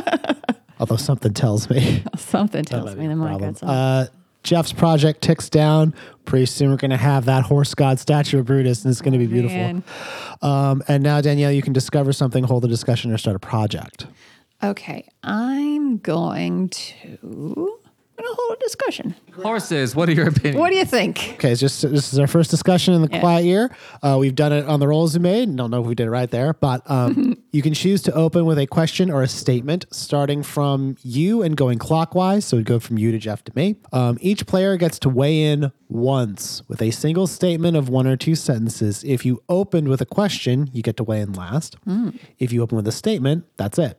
E: Although something tells me.
D: Something tells me there might
E: problem.
D: got something.
E: Uh, Jeff's project ticks down. Pretty soon we're going to have that horse god statue of Brutus, and it's going to be beautiful.
D: Man.
E: Um, and now, Danielle, you can discover something, hold a discussion, or start a project.
D: Okay, I'm going to I'm gonna hold little discussion.
C: Horses, what are your opinions?
D: What do you think?
E: Okay, it's just this is our first discussion in the
D: Yeah.
E: quiet year. Uh, we've done it on the rolls we made. and Don't know if we did it right there, but um, you can choose to open with a question or a statement, starting from you and going clockwise. So we go from you to Jeff to me. Um, each player gets to weigh in once with a single statement of one or two sentences. If you opened with a question, you get to weigh in last. If you open with a statement, that's it.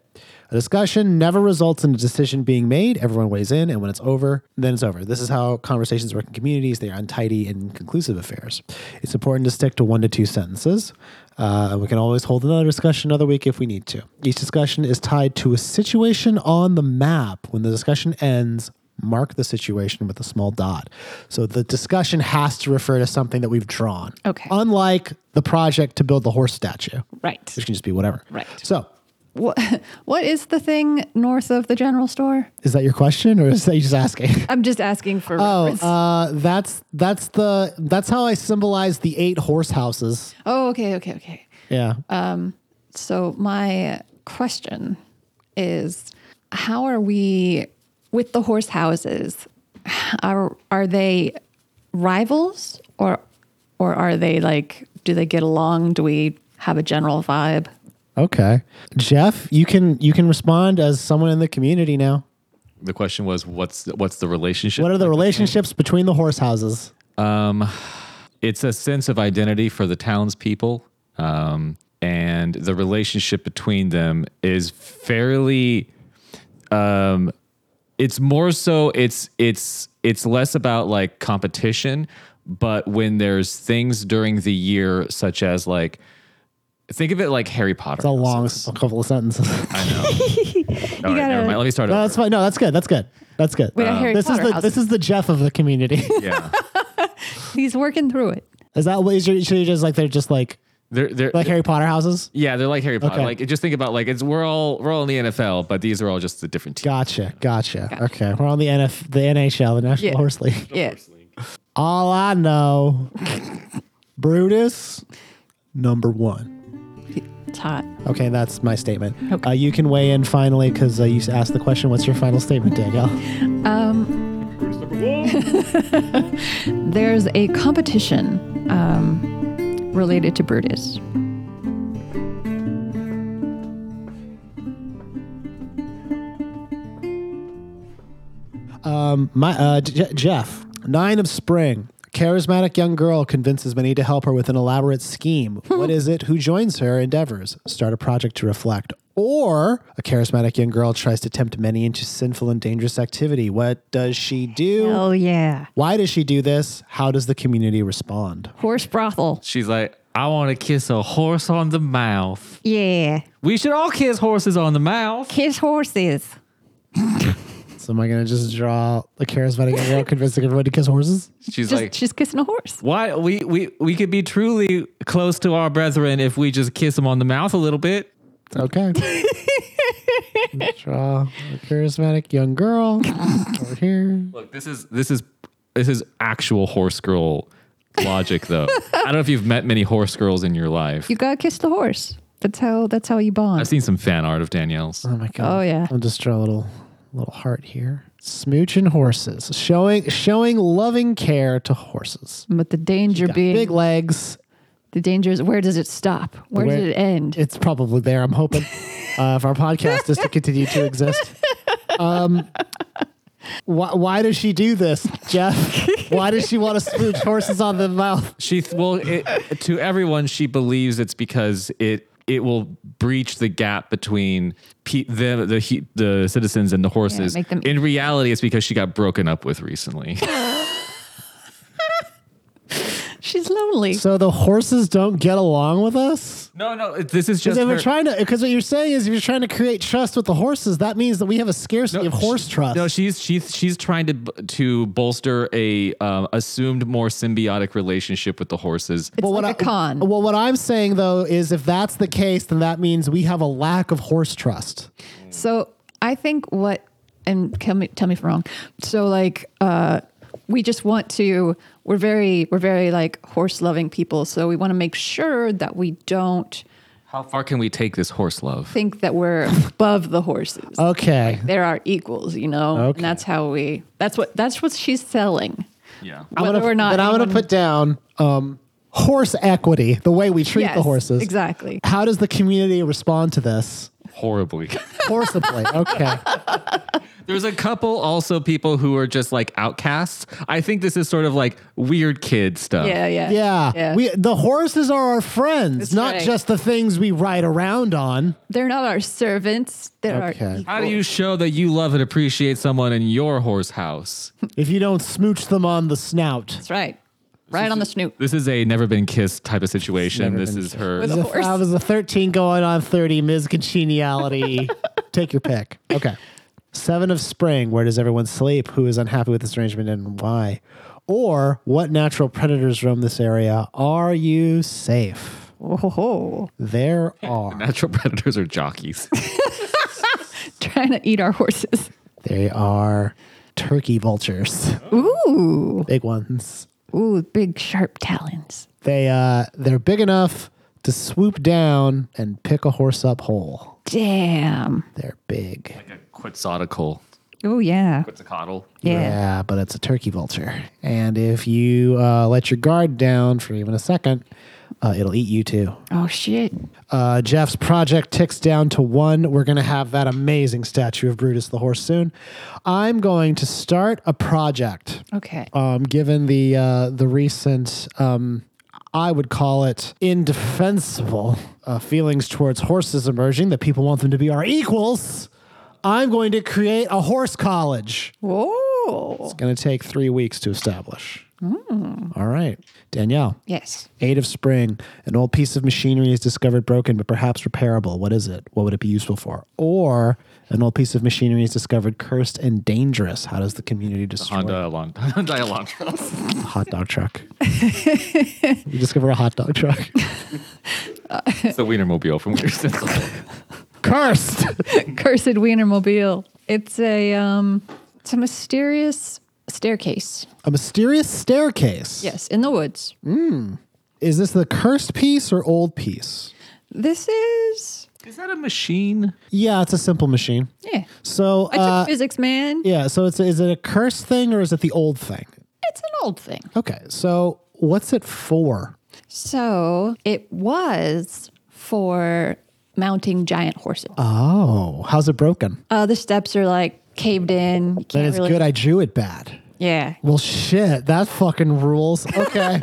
E: A discussion never results in a decision being made. Everyone weighs in, and when it's over, then it's over. This is how conversations work in communities. They are untidy and inconclusive affairs. It's important to stick to one to two sentences. Uh, we can always hold another discussion another week if we need to. Each discussion is tied to a situation on the map. When the discussion ends, mark the situation with a small dot. So the discussion has to refer to something that we've drawn.
D: Okay.
E: Unlike the project to build the horse statue,
D: Right.
E: which can just be whatever.
D: Right.
E: So
D: What, what is the thing north of the general store?
E: Is that your question, or is that you just asking?
D: I'm just asking for
E: Oh,
D: reference.
E: uh, that's that's the that's how I symbolize the eight horse houses. Uh,
D: oh, okay, okay, okay.
E: Yeah,
D: So, my question is how are we with the horse houses? Are are they rivals or or are they like do they get along? Do we have a general vibe?
E: okay. Jeff, you can you can respond as someone in the community now.
C: The question was, what's what's the relationship?
E: What are the relationships between the horse houses?
C: it's a sense of identity for the townspeople, um, and the relationship between them is fairly. Um, it's more so. It's it's it's less about like competition, but when there's things during the year, such as like, think of it like Harry Potter.
E: It's a long s- couple of sentences.
C: All right,
D: gotta-
C: never mind. Let me start
E: no,
C: over.
E: that's fine. No, that's good. That's good. That's good.
D: Wait, a Harry
E: this
D: Potter
E: is the
D: house.
E: this is the Jeff of the community.
C: Yeah,
D: He's working through it.
E: is that what is your? Should you just like they're just like
C: they're they're
E: like Harry Potter houses?
C: yeah they're like Harry Potter.
E: Okay.
C: Like just think about like it's we're all we're all in the NFL, but these are all just the different teams.
E: Gotcha, gotcha. Okay, we're on the NF the NHL, the National
D: Yeah.
E: Horse League.
D: Yeah.
E: All I know, Brutus, number one.
D: It's hot.
E: Okay, that's my statement.
D: Okay.
E: Uh, you can weigh in finally because uh, you asked the question. What's your final statement, Danielle?
D: There's a competition um, related to Brutus.
E: Um, my uh, J- Jeff, nine of spring. Charismatic young girl convinces many to help her with an elaborate scheme. what is it? Who joins her endeavors? Start a project to reflect. Or a charismatic young girl tries to tempt many into sinful and dangerous activity. What does she do?
D: Oh, yeah.
E: Why does she do this? How does the community respond?
D: Horse brothel.
C: She's like, I want to kiss a horse on the mouth.
D: Yeah.
C: We should all kiss horses on the mouth.
D: Kiss horses.
E: So am I gonna just draw a charismatic young girl convincing everyone to kiss horses?
C: She's
D: Just,
C: like,
D: she's kissing a horse.
C: why we, we we could be truly close to our brethren if we just kiss them on the mouth a little bit.
E: Okay. draw a charismatic young girl over here.
C: Look, this is this is this is actual horse girl logic though. I don't know if you've met many horse girls in your life.
D: You gotta kiss the horse. That's how. That's how you
C: I've
D: bond.
C: seen some fan art of Danielle's.
E: Oh my god.
D: Oh, yeah.
E: I'll just draw a little little heart here. Smooching horses. Showing showing loving care to horses.
D: But the danger being
E: Big legs.
D: the danger is where does it stop? Where,
E: Where-
D: does it end?
E: It's probably there, I'm hoping. uh, if our podcast is to continue to exist. Um why, why does she do this, Jeff? Why does she want to smooch horses on the mouth?
C: She th- well, it, to everyone, she believes it's because it it will breach the gap between pe- the, the he- the citizens and the horses.
D: make them-
C: In reality, it's because she got broken up with recently.
D: She's lonely.
E: So the horses don't get along with us?
C: no, no, it- this is just
E: Because
C: her,
E: we're trying to because what you're saying is if you're trying to create trust with the horses, that means that we have a scarcity of horse
C: she-
E: trust.
C: No, she's she's she's trying to b- to bolster a um, assumed more symbiotic relationship with the horses.
D: it's
E: what
D: like a
E: I-
D: con.
E: Well, what I'm saying though is if that's the case, then that means we have a lack of horse trust.
D: So I think what and tell me tell me if I'm wrong. So like uh we just want to we're very we're very like horse loving people. So we want to make sure that we don't
C: How far can we take this horse love?
D: think that we're above the horses.
E: Okay.
D: There are equals, you know.
E: Okay.
D: And that's how we. That's what. That's what she's selling.
C: Yeah.
D: Whether
E: gonna,
D: or not
E: Then I'm going to
D: anyone-
E: put down um, horse equity, the way we treat the
D: Yes,
E: horses.
D: Exactly.
E: How does the community respond to this?
C: Horribly.
E: Forcibly. okay.
C: There's a couple also people who are just like outcasts. I think this is sort of like weird kid stuff.
D: Yeah. Yeah.
E: Yeah. We the horses are our friends,
D: That's
E: not
D: right.
E: just the things we ride around on.
D: They're not our servants. They're our
E: Okay.
D: equals.
C: How do you show that you love and appreciate someone in your horse house?
E: If you don't smooch them on the snout.
D: That's right. Right on the snoot.
C: This is a never been kissed type of situation. This is her.
D: With
E: There's
D: a
E: a-
D: horse.
E: I was a 13 going on 30, Ms. Congeniality. Take your pick. Okay. Seven of Spring. Where does everyone sleep? Who is unhappy with this arrangement and why? Or what natural predators roam this area? Are you safe?
D: Oh, ho, ho.
E: There are.
C: Natural predators are jockeys.
D: Trying to eat our horses.
E: They are turkey vultures,
D: Ooh.
E: big ones.
D: Ooh, big sharp talons.
E: They uh, they're big enough to swoop down and pick a horse up whole.
D: Damn.
E: They're big.
C: Quixotical.
D: Oh yeah.
C: Quixotical.
D: Yeah.
E: but it's a turkey vulture. And if you uh, let your guard down for even a second, uh, it'll eat you too.
D: Oh shit.
E: Uh, Jeff's project ticks down to one. We're going to have that amazing statue of Brutus the horse soon. I'm going to start a project.
D: Okay.
E: Um, given the uh, the recent, um, I would call it indefensible uh, feelings towards horses emerging that people want them to be our equals, I'm going to create a horse college.
D: Whoa.
E: Going to take three weeks to establish.
D: Mm.
E: All right. Danielle,
D: Yes.
E: Eight of Spring. An old piece of machinery is discovered broken, but perhaps repairable. What is it? What would it be useful for? Or an old piece of machinery is discovered cursed and dangerous. How does the community destroy it?
C: Honda Elan- Honda Elan.
E: hot dog truck? you discover a hot dog truck.
C: It's the Wienermobile from Wiener Schnitzel.
E: cursed.
D: Cursed Wienermobile. It's a um it's a mysterious staircase.
E: a mysterious staircase.
D: Yes, in the woods.
E: Is this the cursed piece or old piece?
D: This is
C: Is that a machine?
E: Yeah, it's a simple machine.
D: yeah.
E: So,
D: I took
E: uh,
D: physics, man.
E: yeah, so it's is it a cursed thing or is it the old thing?
D: It's an old thing.
E: Okay, so what's it for?
D: So it was for mounting giant horses.
E: Oh, how's it broken?
D: Uh, the steps are like caved in. You
E: Then
D: can't
E: it's
D: really,
E: good I drew it bad.
D: yeah.
E: Well, shit, that fucking rules. Okay.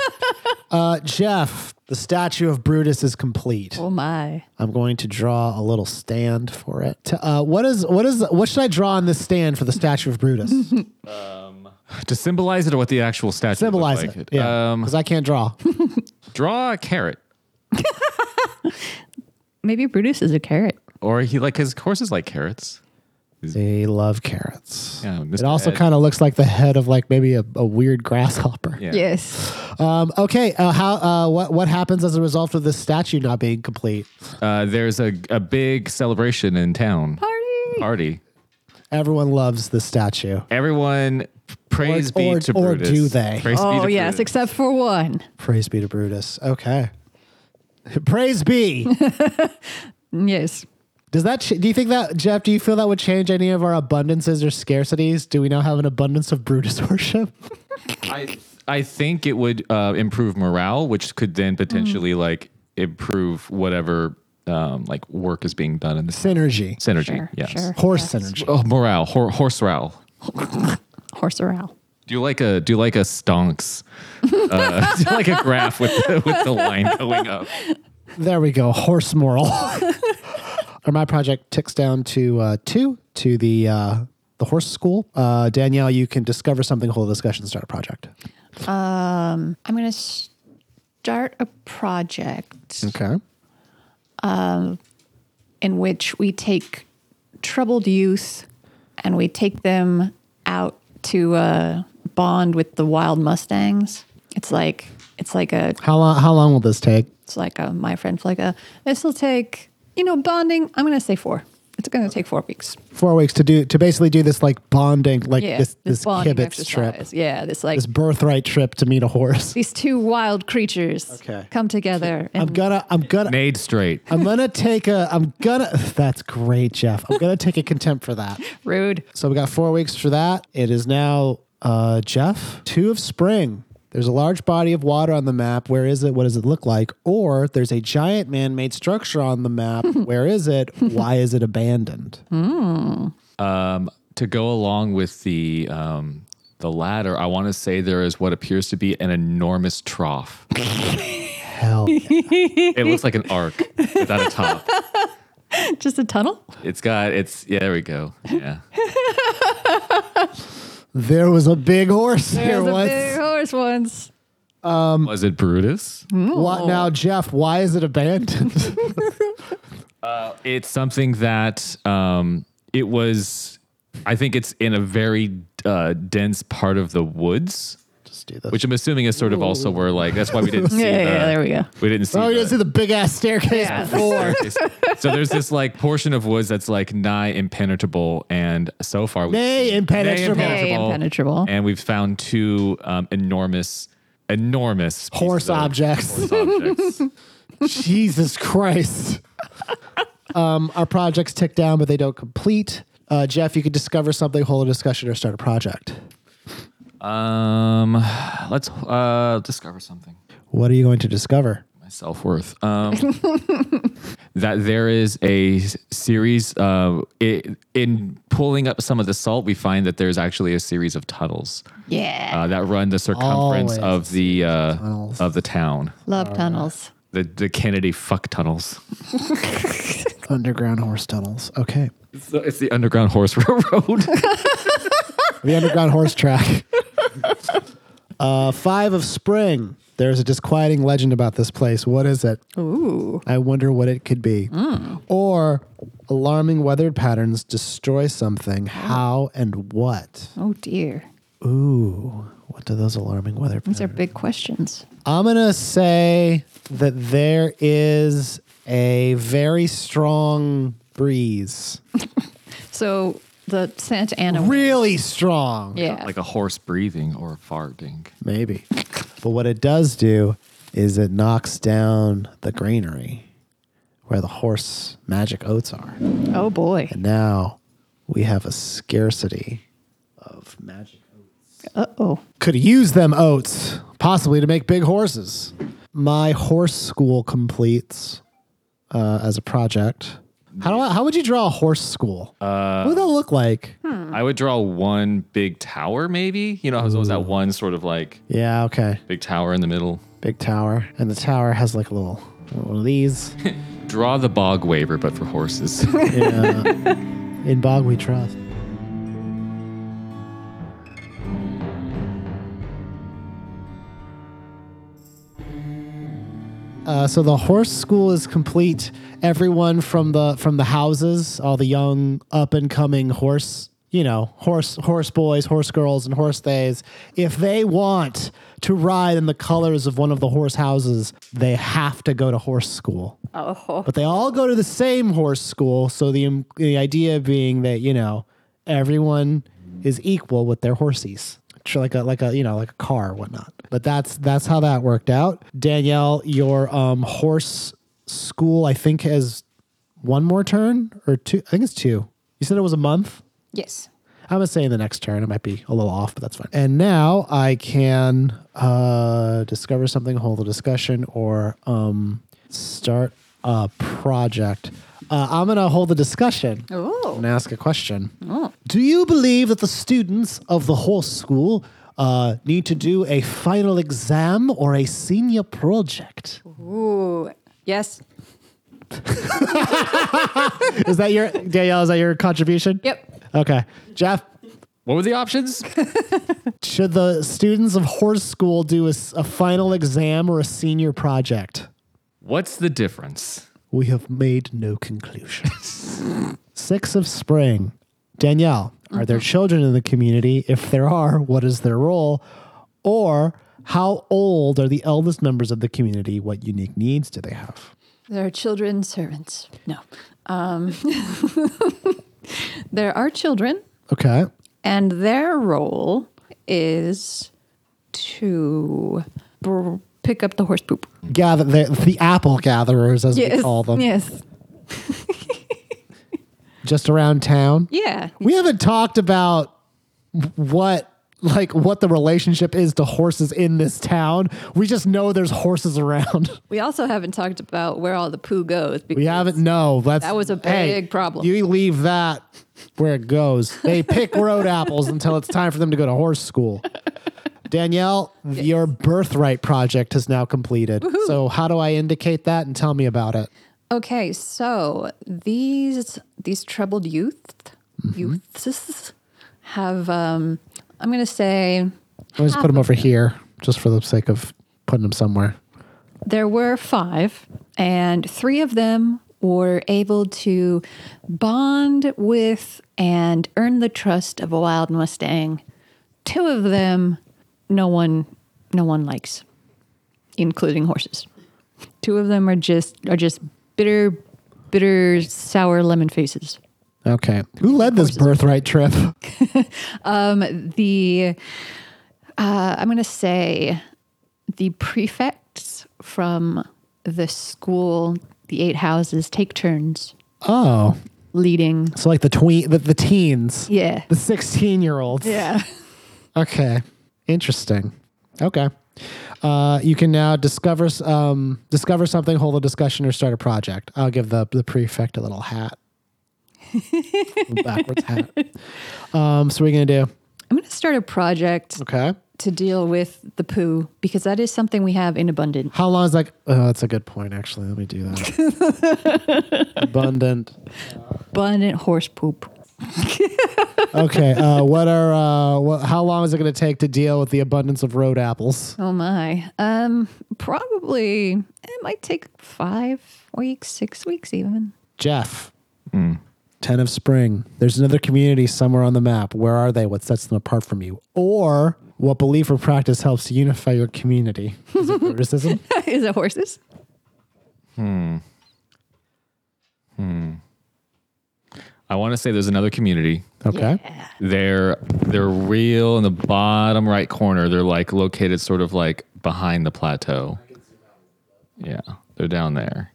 E: uh, Jeff, the statue of Brutus is complete.
D: Oh my.
E: I'm going to draw a little stand for it. To- Uh, what is what is what should I draw on this stand for the statue of Brutus?
C: To symbolize it or what the actual statue
E: Symbolize
C: looked like?
E: it, yeah,
C: Um,
E: because I can't draw.
C: draw a carrot.
D: Maybe Brutus is a carrot.
C: Or he like his horses like carrots.
E: they love carrots.
C: Yeah,
E: it
C: Mr.
E: also
C: Ed.
E: kind of looks like the head of like maybe a, a weird grasshopper.
C: Yeah.
D: Yes.
E: Um, okay, uh, how uh, what what happens as a result of this statue not being complete?
C: Uh, there's a, a big celebration in town.
D: Party.
C: Party.
E: Everyone loves the statue.
C: Everyone praise
E: Or-
C: be
E: or-
C: to
E: or
C: Brutus.
E: do they?
C: Praise be
D: Oh
C: to
D: yes,
C: Brutus.
D: except for one.
E: Praise be to Brutus. Okay. Praise be.
D: Yes.
E: Does that? Ch- do you think that Jeff? Do you feel that would change any of our abundances or scarcities? Do we now have an abundance of Brutus worship?
C: I I think it would uh, improve morale, which could
D: Mm.
C: then potentially like improve whatever um, like work is being done in the
E: Synergy.
C: synergy.
D: Sure.
C: yes.
D: Sure.
E: Horse synergy.
C: Oh, morale, hor- horse row.
D: Horse around.
C: Do you like a do you like a stonks? Uh, do you like a graph with the, with the line going up.
E: There we go. Horse moral. or my project ticks down to uh, two to the uh, the horse school. Uh, Danielle, you can discover something. Whole discussion. Start a project.
D: I'm gonna start a project
E: Okay.
D: in which we take troubled youth and we take them out to uh, bond with the wild mustangs. It's like it's like a
E: How long? How long will this take?
D: it's like a my friend Flicka. This will take you know bonding. I'm gonna say four. It's going to take four weeks.
E: Four weeks to do to basically do this like bonding, like
D: Yeah,
E: this this,
D: bonding
E: kibitz trip,
D: exercise. Yeah, this like
E: this birthright trip to meet a horse.
D: these two wild creatures
E: Okay.
D: come together.
E: I'm
D: and-
E: gonna I'm gonna
C: Made straight.
E: I'm gonna take a I'm gonna that's great, Jeff. I'm gonna take a contempt for that.
D: rude.
E: So we got four weeks for that. It is now uh Jeff, two of spring. There's a large body of water on the map. Where is it? What does it look like? Or there's a giant man made structure on the map. Where is it? Why is it abandoned?
C: Um, to go along with the um, the latter, I want to say there is what appears to be an enormous trough.
E: Hell. yeah.
C: it looks like an arc without a top.
D: Just a tunnel?
C: It's got it's yeah. There we go. Yeah.
E: there was a big horse here
D: There's a
E: once.
D: big horse once. Um,
C: Was it Brutus?
E: What now, Jeff? Why is it abandoned?
C: It's something that um, it was. I think it's in a very uh, dense part of the woods,
E: Just do this.
C: which I'm assuming is sort of also where like that's why we didn't see.
D: Yeah,
C: the,
D: yeah, yeah, there we go.
C: We didn't see.
E: oh, you didn't see the big ass staircase
D: Yeah.
E: before.
C: so there's this like portion of woods that's like nigh impenetrable, and so far we
E: Nay, impenetrable.
D: Nay, impenetrable.
C: and we've found two um, enormous, enormous pieces
E: Horse
C: of-
E: objects.
C: uh, Horse objects.
E: Jesus Christ. um, our projects tick down, but they don't complete. Uh, Jeff, you could discover something, hold a discussion, or start a project.
C: um, let's uh, discover something.
E: What are you going to discover?
C: my self worth. Um, that there is a s- series. Uh, i in pulling up some of the salt, we find that there's actually a series of tunnels
D: Yeah.
C: uh, that run the circumference
E: Always
C: of the uh,
E: tunnels.
C: of the town.
D: Love tunnels.
C: The the Kennedy fuck tunnels.
E: Underground horse tunnels. Okay.
C: It's the, it's the underground horse road.
E: The underground horse track. Uh, five of spring. There's a disquieting legend about this place. What is it?
D: Ooh.
E: I wonder what it could be. Or alarming weather patterns destroy something. How and what?
D: Oh, dear.
E: Ooh, what do those alarming weather patterns?
D: These are big questions.
E: I'm going to say that there is a very strong breeze.
D: So the Santa Ana.
E: Really strong.
D: Yeah.
C: like a horse breathing or farting.
E: Maybe. But what it does do is it knocks down the granary where the horse magic oats are.
D: oh, boy.
E: And now we have a scarcity of magic oats.
D: Uh oh.
E: could use them oats, possibly to make big horses. My horse school completes uh, as a project. How, do I, how would you draw a horse school? Uh, what would that look like?
C: I would draw one big tower, maybe. You know, how there's always that one sort of like
E: Yeah, okay.
C: big tower in the middle.
E: Big tower. And the tower has like a little one of these.
C: Draw the bog waiver, but for horses.
E: Yeah. In Bog We Trust. Uh, so the horse school is complete. Everyone from the from the houses, all the young up and coming horse, you know, horse horse boys, horse girls, and horse days. If they want to ride in the colors of one of the horse houses, they have to go to horse school.
D: Oh.
E: But they all go to the same horse school. So the the idea being that you know everyone is equal with their horsies, Sure, like a like a you know like a car or whatnot. But that's that's how that worked out. Danielle, your um, horse school, I think has one more turn or two. I think it's two. You said it was a month.
D: Yes.
E: I'm gonna say in the next turn. It might be a little off, but that's fine. And now I can uh, discover something, hold a discussion, or um, start a project. Uh, I'm gonna hold a discussion
D: Oh.
E: and ask a question. Do you believe that the students of the horse school uh, need to do a final exam or a senior project?
D: Oh. Ooh. Yes.
E: Is that your Danielle? Is that your contribution?
D: Yep.
E: Okay, Jeff.
C: what were the options?
E: Should the students of horse school do a, s- a final exam or a senior project?
C: What's the difference?
E: We have made no conclusions. Six of spring. Danielle, are there children in the community? If there are, what is their role? Or how old are the eldest members of the community? What unique needs do they have?
D: There are children servants. No. Um, there are children,
E: Okay.
D: and their role is to br- pick up the horse poop.
E: Gather the, the apple gatherers, as we call them,
D: Yes.
E: just around town.
D: Yeah.
E: We haven't talked about what like what the relationship is to horses in this town. We just know there's horses around.
D: We also haven't talked about where all the poo goes. Because
E: We haven't no. That's,
D: That was a
E: hey,
D: big problem.
E: You leave that where it goes. They pick road apples until it's time for them to go to horse school. Danielle, your birthright project has now completed. So how do I indicate that and tell me about it?
D: Okay, so these these troubled youth
E: Mm-hmm.
D: youths have um I'm gonna say
E: Let me just put them over here, just for the sake of putting them somewhere.
D: there were five and three of them were able to bond with and earn the trust of a wild Mustang. Two of them no one no one likes, including horses. Two of them are just are just bitter, bitter, sour lemon faces.
E: Okay. Who led this birthright trip?
D: the uh, I'm going to say the prefects from the school, the eight houses, take turns
E: Oh,
D: leading.
E: so like the tween, the, the teens,
D: Yeah,
E: the sixteen-year-olds.
D: yeah.
E: Okay. Interesting. Okay. Uh, you can now discover s- um, discover something, hold a discussion, or start a project. I'll give the, the prefect a little hat. Little backwards hat. Um, so what are you going to do?
D: I'm going to start a project
E: Okay.
D: to deal with the poo because that is something we have in abundance.
E: How long is like? Oh, that's a good point, actually. Let me do that. Abundant.
D: Abundant horse poop.
E: Okay. Uh, what are, uh, what, how long is it going to take to deal with the abundance of road apples?
D: Oh my. Um, probably it might take five weeks, six weeks even.
E: Jeff. Ten of Spring. There's another community somewhere on the map. Where are they? What sets them apart from you? Or what belief or practice helps to unify your community? Is it criticism?
D: is it horses?
C: I want to say there's another community.
E: Okay.
C: They're they're real in the bottom right corner. They're like located sort of like behind the plateau. Yeah, they're down there.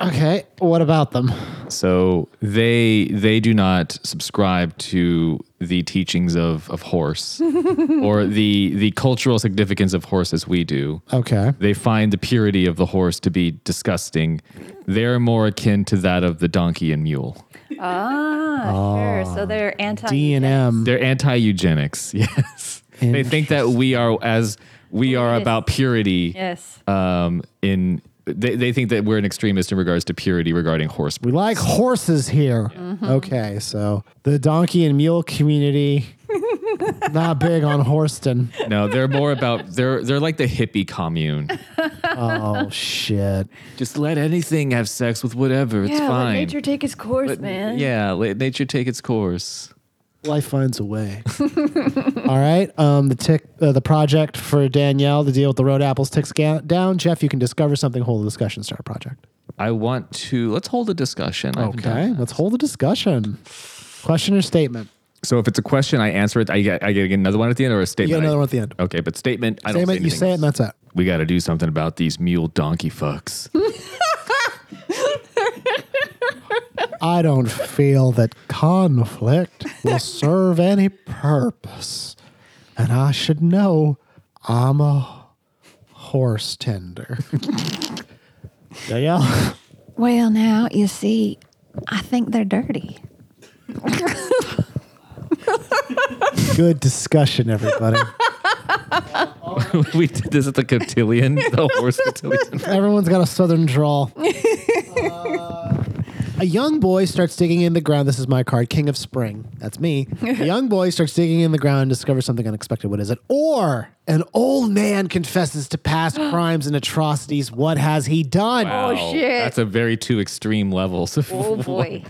E: Okay. What about them?
C: So they they do not subscribe to the teachings of of horse or the the cultural significance of horse as we do.
E: Okay.
C: They find the purity of the horse to be disgusting. They're more akin to that of the donkey and mule.
D: Ah, sure. So they're anti
E: D and M.
C: They're anti eugenics. Yes, they think that we are as we are about purity.
D: Yes.
C: Um, in they, they think that we're an extremist in regards to purity regarding horse.
E: We like horses here. Okay. So the donkey and mule community. not big on Horston.
C: No, they're more about they're they're like the hippie commune.
E: Oh shit.
C: Just let anything have sex with whatever. It's
D: yeah,
C: fine.
D: let nature take its course, man.
C: Yeah, let nature take its course.
E: Life finds a way. All right. Um, the tick, uh, the project for Danielle to deal with the road apples ticks ga- down. Jeff, you can discover something. Hold a discussion. Start a project.
C: I want to let's hold a discussion. I haven't done
E: Okay.
C: that.
E: Let's hold a discussion. Question or statement?
C: So if it's a question, I answer it. I get I get another one at the end or a
E: You
C: statement.
E: get another
C: I-
E: one at the end.
C: Okay, but statement. I don't
E: Statement.
C: say
E: you
C: anything
E: say it,
C: else.
E: and that's it.
C: We got to do something about these mule donkey fucks.
E: I don't feel that conflict will serve any purpose, and I should know I'm a horse tender. Danielle.
D: Well, now you see, I think they're dirty.
E: Good discussion, everybody.
C: we did this at the cotillion, the horse cotillion.
E: Everyone's got a southern drawl. Uh, a young boy starts digging in the ground. This is my card, King of Spring. That's me. A young boy starts digging in the ground and discovers something unexpected. What is it? Or an old man confesses to past crimes and atrocities. What has he done?
C: Wow,
D: shit.
C: That's a very two extreme levels.
D: Oh boy.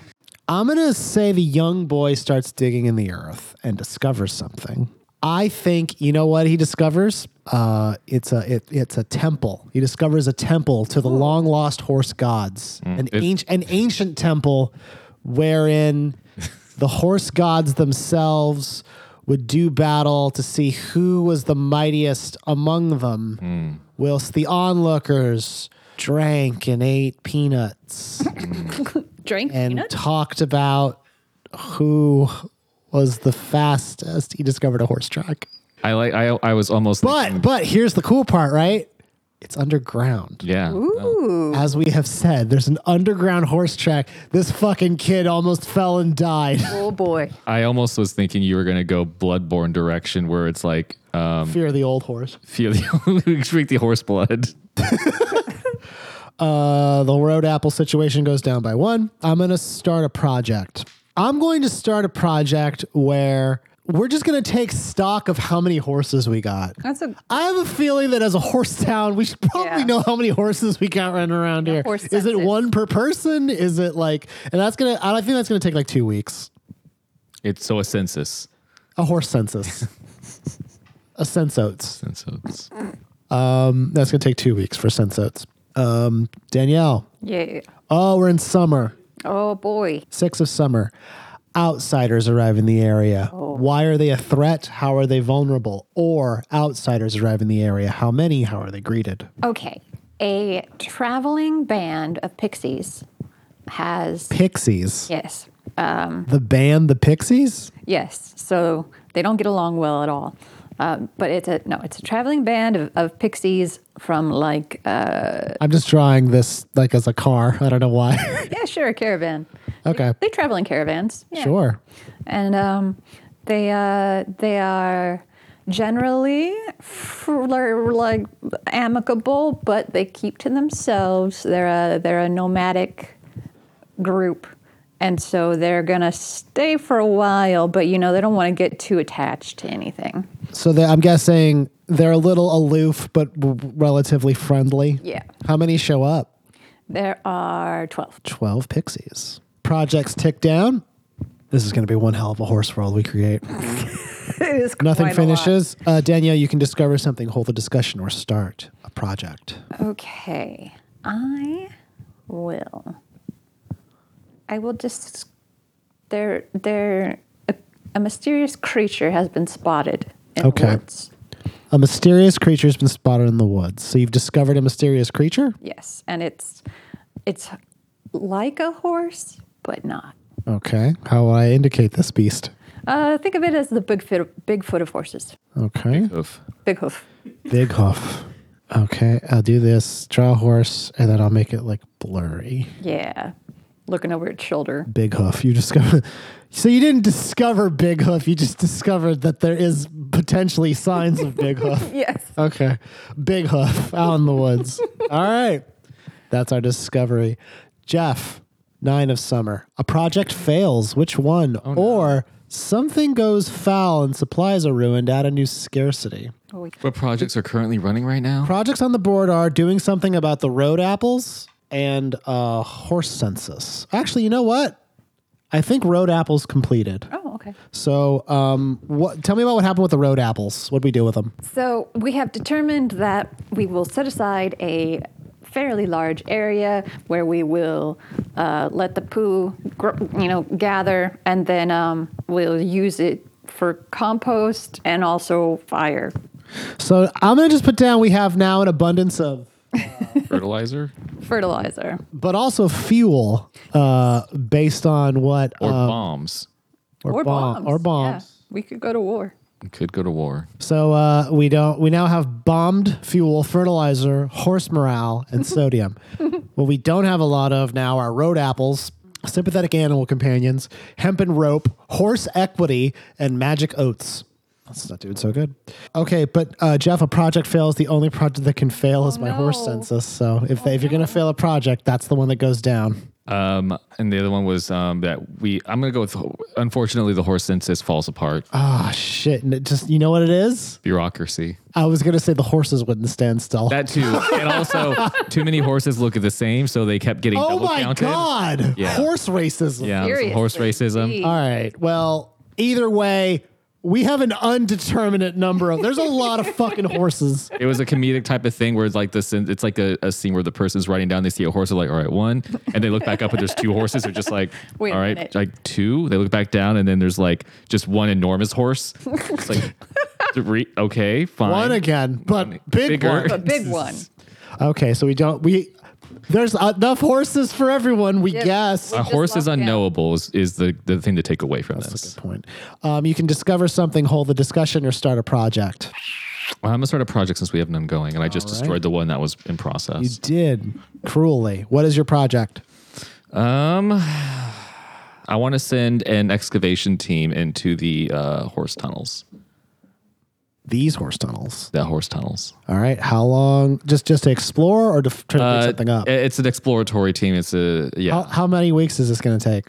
E: I'm going to say the young boy starts digging in the earth and discovers something. I think, you know what he discovers? Uh, it's a it, it's a temple. He discovers a temple to the long lost horse gods, an
C: It-
E: ancient an ancient temple, wherein the horse gods themselves would do battle to see who was the mightiest among them, whilst the onlookers drank and ate peanuts
D: Drink
E: and
D: peanuts?
E: talked about who was the fastest. He discovered a horse track.
C: I like. I I was almost. thinking-
E: But but here's the cool part, right? It's underground.
C: yeah.
E: As we have said, there's an underground horse track. This fucking kid almost fell and died.
D: Oh boy.
C: I almost was thinking you were gonna go bloodborne direction where it's like um,
E: Fear of the old horse.
C: feel the drink the horse blood.
E: Uh, the road apple situation goes down by one. I'm going to start a project. I'm going to start a project where we're just going to take stock of how many horses we got.
D: That's a
E: I have a feeling that as a horse town, we should probably
D: Yeah.
E: know how many horses we got running around here.
D: horse
E: Is it
D: census.
E: one per person? Is it like, and that's gonna, I think that's gonna take like two weeks.
C: It's so a census.
E: A horse census, a censotes.
C: Census.
E: Um, that's gonna take two weeks for censotes. Um, Danielle,
D: yeah.
E: oh, we're in summer,
D: Oh boy.
E: six of summer. Outsiders arrive in the area.
D: Oh.
E: Why are they a threat? How are they vulnerable? Or outsiders arrive in the area. How many? How are they greeted?
D: Okay. A traveling band of pixies has
E: Pixies.
D: yes.
E: The band, the Pixies.
D: Yes. So they don't get along well at all. Um, but it's a no. It's a traveling band of, of pixies from like uh,
E: I'm just drawing this like as a car. I don't know why.
D: yeah, sure, a caravan.
E: okay.
D: They travel in caravans. Yeah.
E: Sure.
D: And um, they uh, they are generally fr- like amicable, but they keep to themselves. They're a they're a nomadic group, and so they're gonna stay for a while. But you know they don't want to get too attached to anything.
E: So they- I'm guessing they're a little aloof, but w- relatively friendly.
D: Yeah.
E: How many show up?
D: There are twelve.
E: 12 Pixies. Projects tick down. This is going to be one hell of a horse world we create.
D: It is quite a
E: Nothing
D: lot.
E: finishes. Uh, Danielle, you can discover something, hold a discussion, or start a project.
D: Okay, I will. I will just. There, there. A, a mysterious creature has been spotted in
E: Okay.
D: the woods.
E: A mysterious creature's been spotted in the woods. So you've discovered a mysterious creature?
D: Yes, and it's, it's like a horse, but not.
E: Okay. How will I indicate this beast?
D: Uh, think of it as the big foot, big foot of horses,
E: Okay.
C: Oof.
D: big hoof.
E: Big hoof. Okay, I'll do this. Draw a horse, and then I'll make it like blurry.
D: Yeah, looking over its shoulder.
E: Big hoof. You discover. So you didn't discover big hoof. You just discovered that there is potentially signs of big hoof.
D: Yes.
E: Okay, big hoof out in the woods. All right, that's our discovery. Jeff, nine of summer. A project fails. Which one? Or something goes foul and supplies are ruined. Add a new scarcity.
C: What projects are currently running right now?
E: projects on the board are doing something about the road apples and uh, horse census. Actually, you know what? I think road apples completed.
D: Oh, okay.
E: So, um, what? Tell me about what happened with the road apples. What we do with them?
D: So we have determined that we will set aside a fairly large area where we will uh, let the poo, gr- you know, gather, and then um, we'll use it for compost and also fire.
E: So I'm gonna just put down we have now an abundance of,
C: Fertilizer
D: Fertilizer.
E: but also fuel, uh, based on what
C: or
E: uh,
C: bombs?
D: Or
E: bomb-
D: bombs.
E: or bombs.
D: Yeah. We could go to war.
C: Could go to war.
E: So uh, we don't. We now have bombed fuel, fertilizer, horse morale, and sodium. what we don't have a lot of now are road apples, sympathetic animal companions, hempen rope, horse equity, and magic oats. That's not doing so good. Okay, but uh, Jeff, a project fails. The only project that can fail is my horse
D: no.
E: census. So if, if you're gonna fail a project, that's the one that goes down.
C: Um, and the other one was um, that we. I'm gonna go with. Unfortunately, the horse census falls apart.
E: Oh shit! And it just you know what it is?
C: Bureaucracy.
E: I was gonna say the horses wouldn't stand still.
C: That too. and also, too many horses look the same, so they kept getting
E: oh
C: double
E: my
C: counted.
E: god!
C: Yeah.
E: Horse racism.
C: Yeah, some horse
D: Seriously,
C: racism.
D: geez.
E: All right. Well, either way, We have an undeterminate number of. There's a lot of fucking horses.
C: It was a comedic type of thing where it's like this. It's like a, a scene where the person's riding down, they see a horse, they're like, all right, one, and they look back up and there's two horses. They're just like,
D: Wait a
C: all right,
D: minute.
C: like two. They look back down and then there's like just one enormous horse. It's like three. Okay, fine.
E: One again, but big
C: Bigger.
E: one.
D: A big one.
E: Okay, so we don't we. There's enough horses for everyone. We
D: Yep.
E: guess.
C: A
D: Just
C: horse is
D: lock down.
C: unknowable is, is the, the thing to take away from
E: That's a
C: this.
E: good point. Um, you can discover something, hold the discussion, or start a project.
C: Well, I'm gonna start a project since we have none going, and I just destroyed the one that was in
E: You
C: process.
E: did cruelly. What is your project?
C: Um, I want to send an excavation team into the uh, horse tunnels.
E: These horse tunnels.
C: The horse tunnels.
E: All right. How long? Just just to explore or to f- try to
C: Uh,
E: pick something up?
C: i- It's an exploratory team. It's a yeah.
E: how, how many weeks is this going to take?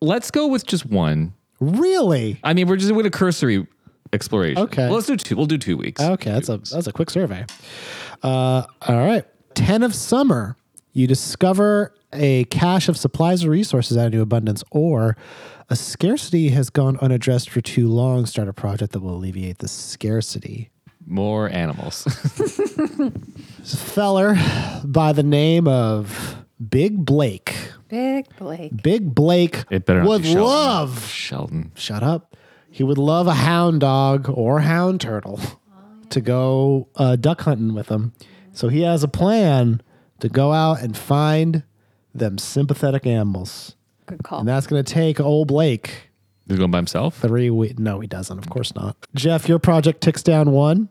C: Let's go with just one.
E: Really?
C: I mean, we're just with a cursory exploration.
E: Okay. Oh.
C: Well, let's do two. We'll do two weeks.
E: Okay, that's a that's a quick survey. Uh, all right, ten of summer. You discover a cache of supplies or resources out of new abundance, or a scarcity has gone unaddressed for too long. Start a project that will alleviate the scarcity.
C: More animals.
E: This feller by the name of Big Blake.
D: Big Blake.
E: Big Blake
C: it better not
E: would
C: be Sheldon.
E: love.
C: Sheldon.
E: Shut up. He would love a hound dog or hound turtle to go uh, duck hunting with him. So he has a plan to go out and find them sympathetic animals.
D: Good call.
E: And that's going to take old Blake
C: He's going by himself.
E: three weeks. No, he doesn't. Of course not. Jeff, your project ticks down one.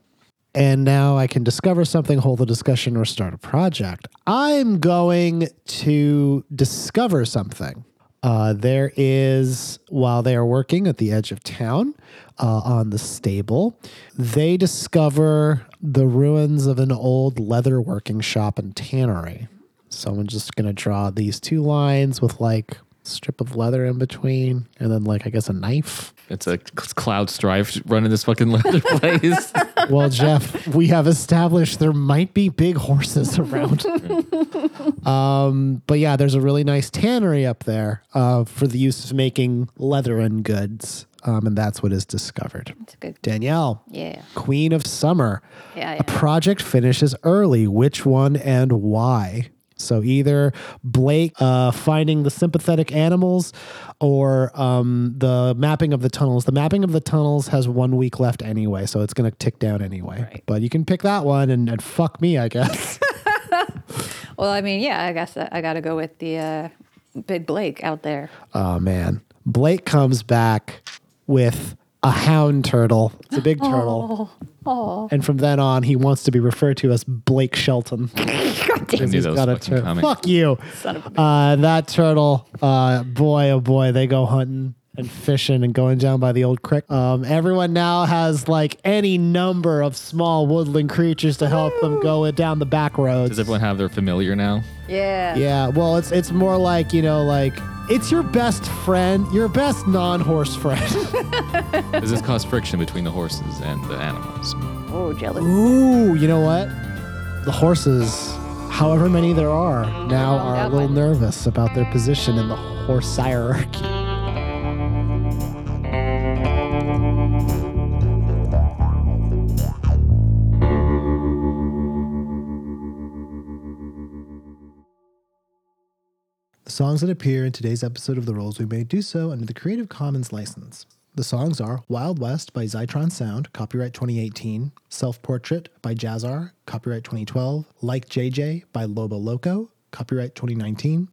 E: And now I can discover something, hold a discussion, or start a project. I'm going to discover something. Uh, there is, while they are working at the edge of town uh, on the stable, they discover the ruins of an old leather working shop and tannery. So I'm just going to draw these two lines with like strip of leather in between and then like I guess a knife.
C: It's a cloud strife running this fucking leather place.
E: Well, Jeff, we have established there might be big horses around. um, but yeah, there's a really nice tannery up there uh, for the use of making leather and goods. Um, and that's what is discovered.
D: That's good.
E: Danielle,
D: Yeah.
E: Queen of Summer.
D: Yeah,
E: A
D: yeah.
E: project finishes early. Which one and why? So either Blake uh, finding the sympathetic animals or um, the mapping of the tunnels. The mapping of the tunnels has one week left anyway, so it's going to tick down anyway. But you can pick that one and, and fuck me, I guess.
D: Well, I mean, yeah, I guess that I got to go with the uh, Big Blake out there.
E: oh, man. Blake comes back with a hound turtle. It's a big turtle. And from then on, he wants to be referred to as Blake Shelton.
C: I knew
E: He's
C: that was
E: got a
C: fucking
E: tur-
C: coming.
E: Fuck you.
D: Son of a
E: Uh, that turtle, uh, boy, oh boy, they go hunting and fishing and going down by the old creek. Um, everyone now has like any number of small woodland creatures to help them go down the back roads.
C: Does everyone have their familiar now?
D: Yeah.
E: yeah, well, it's it's more like you know, like it's your best friend, your best non-horse friend.
C: Does this cause friction between the horses and the animals?
D: Oh, jealous.
E: Ooh, you know what? The horses, however many there are, now are a little nervous about their position in the horse hierarchy.
A: The songs that appear in today's episode of The Roles We Made do so under the Creative Commons license. The songs are Wild West by Zytron Sound, copyright 2018, Self Portrait by Jazzar, copyright 2012, Like JJ by Lobo Loco, copyright 2019,